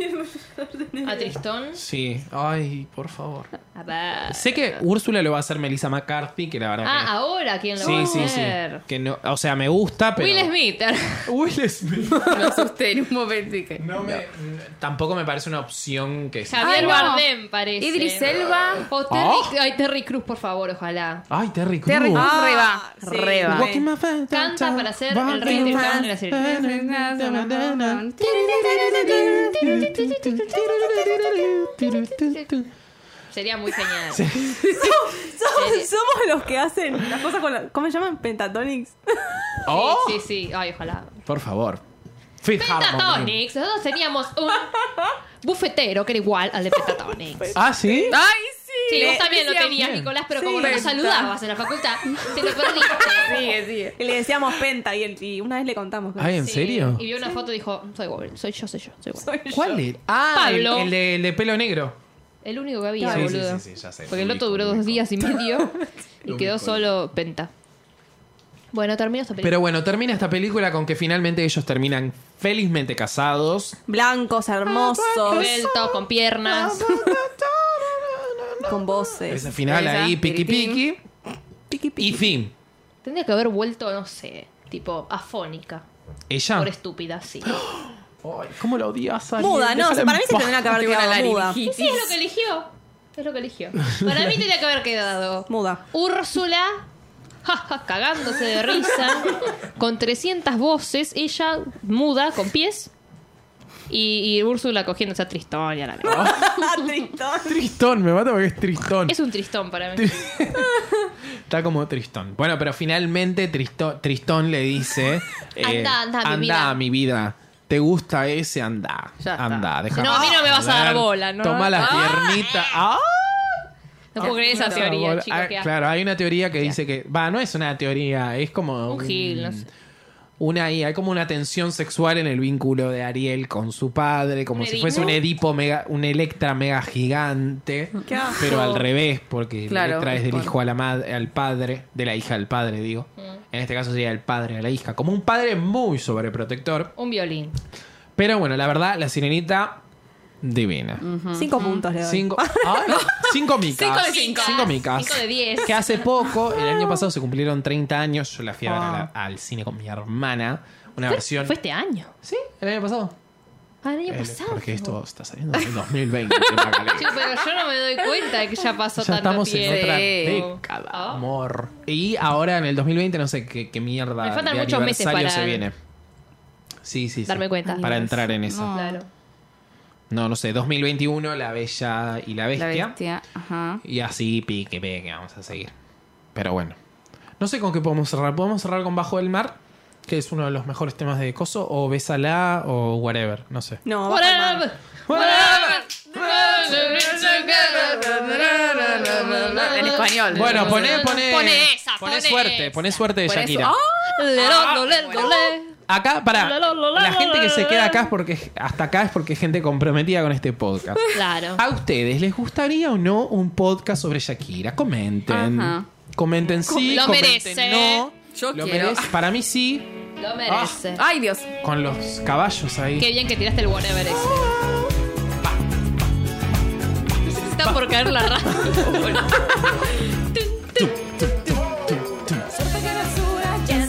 [SPEAKER 2] A Tristón.
[SPEAKER 1] Sí, ay, por favor.
[SPEAKER 2] A ver.
[SPEAKER 1] Sé que Úrsula lo va a hacer Melissa McCarthy, que la verdad
[SPEAKER 2] Ah,
[SPEAKER 1] que.
[SPEAKER 2] ahora quién lo va a
[SPEAKER 1] sí, sí, sí.
[SPEAKER 2] hacer.
[SPEAKER 1] Que no, o sea, me gusta, pero.
[SPEAKER 2] Will Smith. [LAUGHS]
[SPEAKER 1] Will
[SPEAKER 4] [LAUGHS]
[SPEAKER 1] Smith.
[SPEAKER 4] Me asusté en un momento y que...
[SPEAKER 1] No me, tampoco me parece una opción que.
[SPEAKER 2] Javier
[SPEAKER 4] no.
[SPEAKER 2] Bardem parece.
[SPEAKER 4] Idris Elba.
[SPEAKER 2] O Terry,
[SPEAKER 1] Oh.
[SPEAKER 2] ay, Terry Cruz, por favor, ojalá.
[SPEAKER 1] Ay, Terry Crews.
[SPEAKER 4] Terry
[SPEAKER 3] Ah,
[SPEAKER 4] reba,
[SPEAKER 3] sí.
[SPEAKER 4] reba.
[SPEAKER 3] Walking
[SPEAKER 2] Canta para ser el rey del Tritón en la serie.
[SPEAKER 1] [LAUGHS]
[SPEAKER 2] Sería muy
[SPEAKER 3] [LAUGHS]
[SPEAKER 2] genial.
[SPEAKER 3] Somos, somos los que hacen las cosas con la, ¿Cómo se llaman? Pentatonics.
[SPEAKER 1] Oh,
[SPEAKER 2] Sí, sí, sí. Ay, ojalá.
[SPEAKER 1] por favor. Fifth Harmony.
[SPEAKER 2] Pentatonix. Nosotros teníamos un bufetero que era igual al de Pentatonix.
[SPEAKER 1] Ah, sí.
[SPEAKER 4] ¡Ay, sí!
[SPEAKER 2] Sí,
[SPEAKER 4] Le
[SPEAKER 2] vos también lo
[SPEAKER 4] decía-
[SPEAKER 2] tenías, Nicolás, pero como
[SPEAKER 4] Sí.
[SPEAKER 2] no lo
[SPEAKER 4] Penta.
[SPEAKER 2] saludabas en la facultad, te lo perdiste.
[SPEAKER 4] Sigue, sigue.
[SPEAKER 3] Y le decíamos penta y, él- y una vez le contamos. que-
[SPEAKER 1] Ay, ¿en
[SPEAKER 2] Sí.
[SPEAKER 1] serio?
[SPEAKER 2] Y vio una foto y dijo, soy Google, soy yo, soy yo, soy Google.
[SPEAKER 3] Soy yo.
[SPEAKER 1] ¿Cuál es? Ah,
[SPEAKER 2] Pablo.
[SPEAKER 1] El, el de, el de pelo negro.
[SPEAKER 2] El único que había,
[SPEAKER 1] Sí, sí,
[SPEAKER 2] boludo.
[SPEAKER 1] sí, sí, ya sé.
[SPEAKER 2] Porque el
[SPEAKER 1] Lo
[SPEAKER 2] otro
[SPEAKER 1] ubico,
[SPEAKER 2] duró
[SPEAKER 1] lo
[SPEAKER 2] dos
[SPEAKER 1] ubico.
[SPEAKER 2] días
[SPEAKER 1] [LAUGHS]
[SPEAKER 2] y medio y
[SPEAKER 1] Lo
[SPEAKER 2] quedó
[SPEAKER 1] ubico,
[SPEAKER 2] solo Penta. Bueno, termino esta película.
[SPEAKER 1] Pero bueno, termina esta película con que finalmente ellos terminan felizmente casados.
[SPEAKER 3] Blancos, hermosos,
[SPEAKER 2] Suelto, con piernas.
[SPEAKER 1] Ah,
[SPEAKER 3] con voces.
[SPEAKER 1] Ese final
[SPEAKER 4] Esa,
[SPEAKER 1] ahí, piqui
[SPEAKER 4] piritín.
[SPEAKER 1] piqui.
[SPEAKER 3] Piqui,
[SPEAKER 1] Y
[SPEAKER 3] piqui.
[SPEAKER 1] fin.
[SPEAKER 2] Tendría que haber vuelto, no sé, tipo afónica.
[SPEAKER 1] Ella.
[SPEAKER 2] Por
[SPEAKER 1] [GASPS]
[SPEAKER 2] estúpida, sí.
[SPEAKER 1] Ay, ¿Cómo la odias? Ariel?
[SPEAKER 3] Muda, no, o sea,
[SPEAKER 1] Déjala
[SPEAKER 3] para
[SPEAKER 1] en
[SPEAKER 3] mí se
[SPEAKER 1] paz.
[SPEAKER 3] tendría que haber
[SPEAKER 4] Tengo una
[SPEAKER 3] quedado muda.
[SPEAKER 4] laringitis.
[SPEAKER 2] Sí, es lo que eligió. Es lo que eligió. Para mí tenía que haber quedado.
[SPEAKER 3] Muda.
[SPEAKER 2] Úrsula, jaja, cagándose de risa, con 300 voces, ella muda, con pies. Y, y Úrsula cogiendo esa tristón y a la
[SPEAKER 1] Ah.
[SPEAKER 2] mierda.
[SPEAKER 3] Tristón.
[SPEAKER 1] Tristón, me mata porque es tristón.
[SPEAKER 2] Es un tristón para mí.
[SPEAKER 1] [LAUGHS] Está como Tristón. Bueno, pero finalmente Tristón, Tristón le [LAUGHS] dice:
[SPEAKER 2] Andá, andá, mi vida".
[SPEAKER 1] Anda, mi vida. ¿Te gusta ese? Andá.
[SPEAKER 4] Ya está.
[SPEAKER 1] Andá, déjame.
[SPEAKER 2] No, a mí no me vas a dar
[SPEAKER 1] joder.
[SPEAKER 2] bola, ¿no?
[SPEAKER 1] Toma las
[SPEAKER 2] Ah. [LAUGHS]
[SPEAKER 1] piernitas. ¡Ah!
[SPEAKER 2] No puedo creer esa
[SPEAKER 1] No,
[SPEAKER 2] teoría,
[SPEAKER 1] bola.
[SPEAKER 2] chicos.
[SPEAKER 1] Ah,
[SPEAKER 2] que-
[SPEAKER 1] claro, hay una teoría que dice que. Va, no es una teoría, es como.
[SPEAKER 2] Un gil, no sé.
[SPEAKER 1] Una ahí, hay como una tensión sexual en el vínculo de Ariel con su padre, como
[SPEAKER 2] ¿Un
[SPEAKER 1] si
[SPEAKER 2] Edipo?
[SPEAKER 1] fuese un Edipo mega, un Electra mega gigante, pero al revés, porque
[SPEAKER 4] Claro,
[SPEAKER 1] Electra es del
[SPEAKER 4] por-
[SPEAKER 1] hijo a la madre, al padre, de la hija al padre, digo.
[SPEAKER 2] Mm.
[SPEAKER 1] En este caso sería el padre a la hija, como un padre muy sobreprotector.
[SPEAKER 2] Un violín.
[SPEAKER 1] Pero bueno, la verdad, la sirenita divina.
[SPEAKER 2] Mm,
[SPEAKER 3] Cinco puntos le doy.
[SPEAKER 2] [LAUGHS]
[SPEAKER 1] Cinco, ¡Ay! cinco micas.
[SPEAKER 4] Cinco de cinco.
[SPEAKER 1] micas.
[SPEAKER 2] Cinco de diez. Ah.
[SPEAKER 1] Que hace poco, el año pasado se cumplieron 30 años. Yo la fui a ver a la- al cine con mi hermana. Una
[SPEAKER 2] Fue,
[SPEAKER 1] versión.
[SPEAKER 2] fue este año.
[SPEAKER 1] Sí, el año pasado.
[SPEAKER 2] Ah, el año
[SPEAKER 1] El-
[SPEAKER 2] pasado.
[SPEAKER 1] Porque Eh, esto está saliendo en el 2020.
[SPEAKER 2] [LAUGHS]
[SPEAKER 1] Magalé.
[SPEAKER 2] Che, pero yo no me doy cuenta de que ya pasó
[SPEAKER 1] Ya
[SPEAKER 2] tanto
[SPEAKER 1] estamos en
[SPEAKER 2] tiempo.
[SPEAKER 1] otra
[SPEAKER 4] tiempo.
[SPEAKER 1] década,
[SPEAKER 2] Ah.
[SPEAKER 1] amor. Y ahora en el 2020 no sé qué, qué mierda
[SPEAKER 2] Me faltan
[SPEAKER 1] de
[SPEAKER 2] muchos meses
[SPEAKER 1] aniversario
[SPEAKER 2] para
[SPEAKER 1] se viene. Sí, sí, sí.
[SPEAKER 2] darme cuenta. Ah.
[SPEAKER 1] Para entrar en eso.
[SPEAKER 4] No.
[SPEAKER 2] Claro.
[SPEAKER 1] No, no sé, 2021, La Bella y la Bestia.
[SPEAKER 4] La bestia. Ajá.
[SPEAKER 1] Y así pique, pique, vamos a seguir. Pero bueno. No sé con qué podemos cerrar. ¿Podemos cerrar con Bajo del Mar? Que es uno de los mejores temas de Coso. O Bésala o whatever. No sé.
[SPEAKER 3] No, bajo el mar.
[SPEAKER 2] Whatever. Whatever.
[SPEAKER 4] En español.
[SPEAKER 1] Bueno, poné, poné.
[SPEAKER 2] Poné esa,
[SPEAKER 1] poné
[SPEAKER 2] poné
[SPEAKER 1] suerte,
[SPEAKER 2] esa.
[SPEAKER 1] poné suerte de
[SPEAKER 4] Por eso-
[SPEAKER 1] Shakira.
[SPEAKER 4] ¡Ah!
[SPEAKER 2] Le, lo, le, lo, le.
[SPEAKER 1] Acá, para
[SPEAKER 2] La, la, la, la,
[SPEAKER 1] la gente que
[SPEAKER 2] la,
[SPEAKER 1] se
[SPEAKER 2] la,
[SPEAKER 1] queda
[SPEAKER 2] la.
[SPEAKER 1] acá es porque hasta acá es porque es gente comprometida con este podcast.
[SPEAKER 2] Claro.
[SPEAKER 1] ¿A ustedes les gustaría o no un podcast sobre Shakira? Comenten.
[SPEAKER 4] Ajá.
[SPEAKER 1] Comenten sí,
[SPEAKER 2] Lo
[SPEAKER 1] comenten
[SPEAKER 2] merece.
[SPEAKER 1] no.
[SPEAKER 4] Yo
[SPEAKER 1] Lo
[SPEAKER 4] quiero.
[SPEAKER 1] merece. Para mí sí,
[SPEAKER 2] Lo merece.
[SPEAKER 4] Ay, Dios.
[SPEAKER 1] con los caballos ahí.
[SPEAKER 2] Qué bien que tiraste el whatever ese. Está por caer la rata.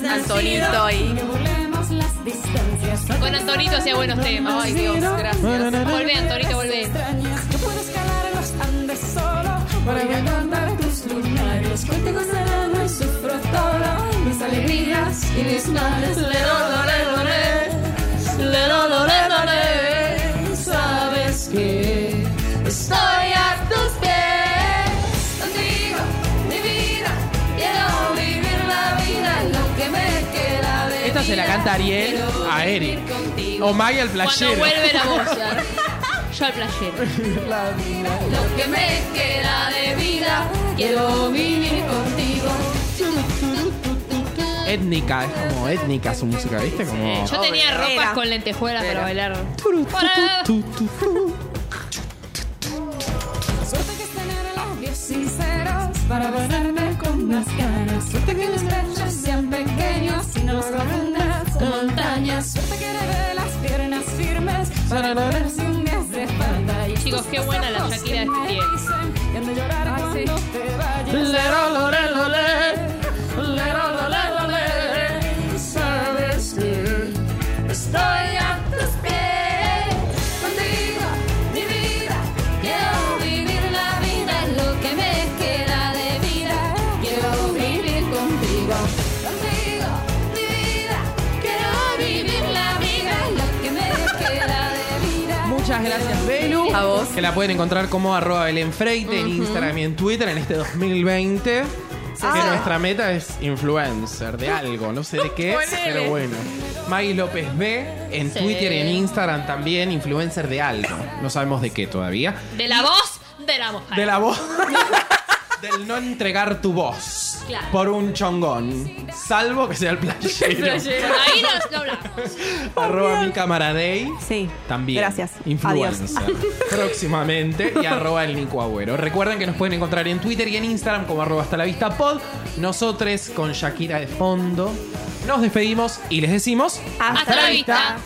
[SPEAKER 4] Antonito ahí.
[SPEAKER 2] Con Antonito hacía buenos temas.
[SPEAKER 4] Ay, Dios, gracias.
[SPEAKER 2] Volvé, Antonito, volvé. Le, lo, lo, le, lo, le. Sabes que estoy a tus pies. Contigo, mi vida. Quiero vivir la vida en lo que me queda de
[SPEAKER 1] Esta se la
[SPEAKER 2] vida.
[SPEAKER 1] canta Ariel
[SPEAKER 2] Quiero
[SPEAKER 1] a
[SPEAKER 2] vivir
[SPEAKER 1] Eric.
[SPEAKER 2] contigo.
[SPEAKER 1] O Maggie al
[SPEAKER 2] Cuando
[SPEAKER 1] playero.
[SPEAKER 2] vuelve la
[SPEAKER 1] [LAUGHS]
[SPEAKER 2] voz. ya. Yo al playero. Lo que me queda de vida. Quiero vivir contigo.
[SPEAKER 1] Étnica, es como étnica su música, ¿viste? Como.
[SPEAKER 2] Yo tenía ropas
[SPEAKER 3] Era.
[SPEAKER 2] con lentejuelas
[SPEAKER 4] Era.
[SPEAKER 2] para bailar.
[SPEAKER 1] Turu, tu,
[SPEAKER 2] Hola.
[SPEAKER 1] tu, tu, tu.
[SPEAKER 2] Chicos, qué buena la Shakira de este pie.
[SPEAKER 1] Muchas gracias, Belu.
[SPEAKER 4] A vos.
[SPEAKER 1] Que la pueden encontrar como arroba Belén Freite en Instagram y en Twitter en este 2020. Que nuestra meta es influencer de algo, no sé de qué, pero bueno. Maggie López B en
[SPEAKER 2] Sí.
[SPEAKER 1] Twitter y en Instagram también, influencer de algo. No sabemos de qué todavía.
[SPEAKER 2] De la voz de la mujer.
[SPEAKER 1] De la voz. Del no entregar tu voz
[SPEAKER 2] Claro.
[SPEAKER 1] por un chongón. Salvo que sea el playero.
[SPEAKER 2] Ahí nos lo hablamos.
[SPEAKER 1] arroba mi camaradei.
[SPEAKER 3] Sí.
[SPEAKER 1] También.
[SPEAKER 3] Gracias. Adiós. [LAUGHS]
[SPEAKER 1] Influencer. [LAUGHS] Próximamente. Y arroba el Nico Agüero. Recuerden que nos pueden encontrar en Twitter y en Instagram como arroba hasta la vista pod. Nosotros con Shakira de fondo. Nos despedimos y les decimos.
[SPEAKER 2] Hasta la vista.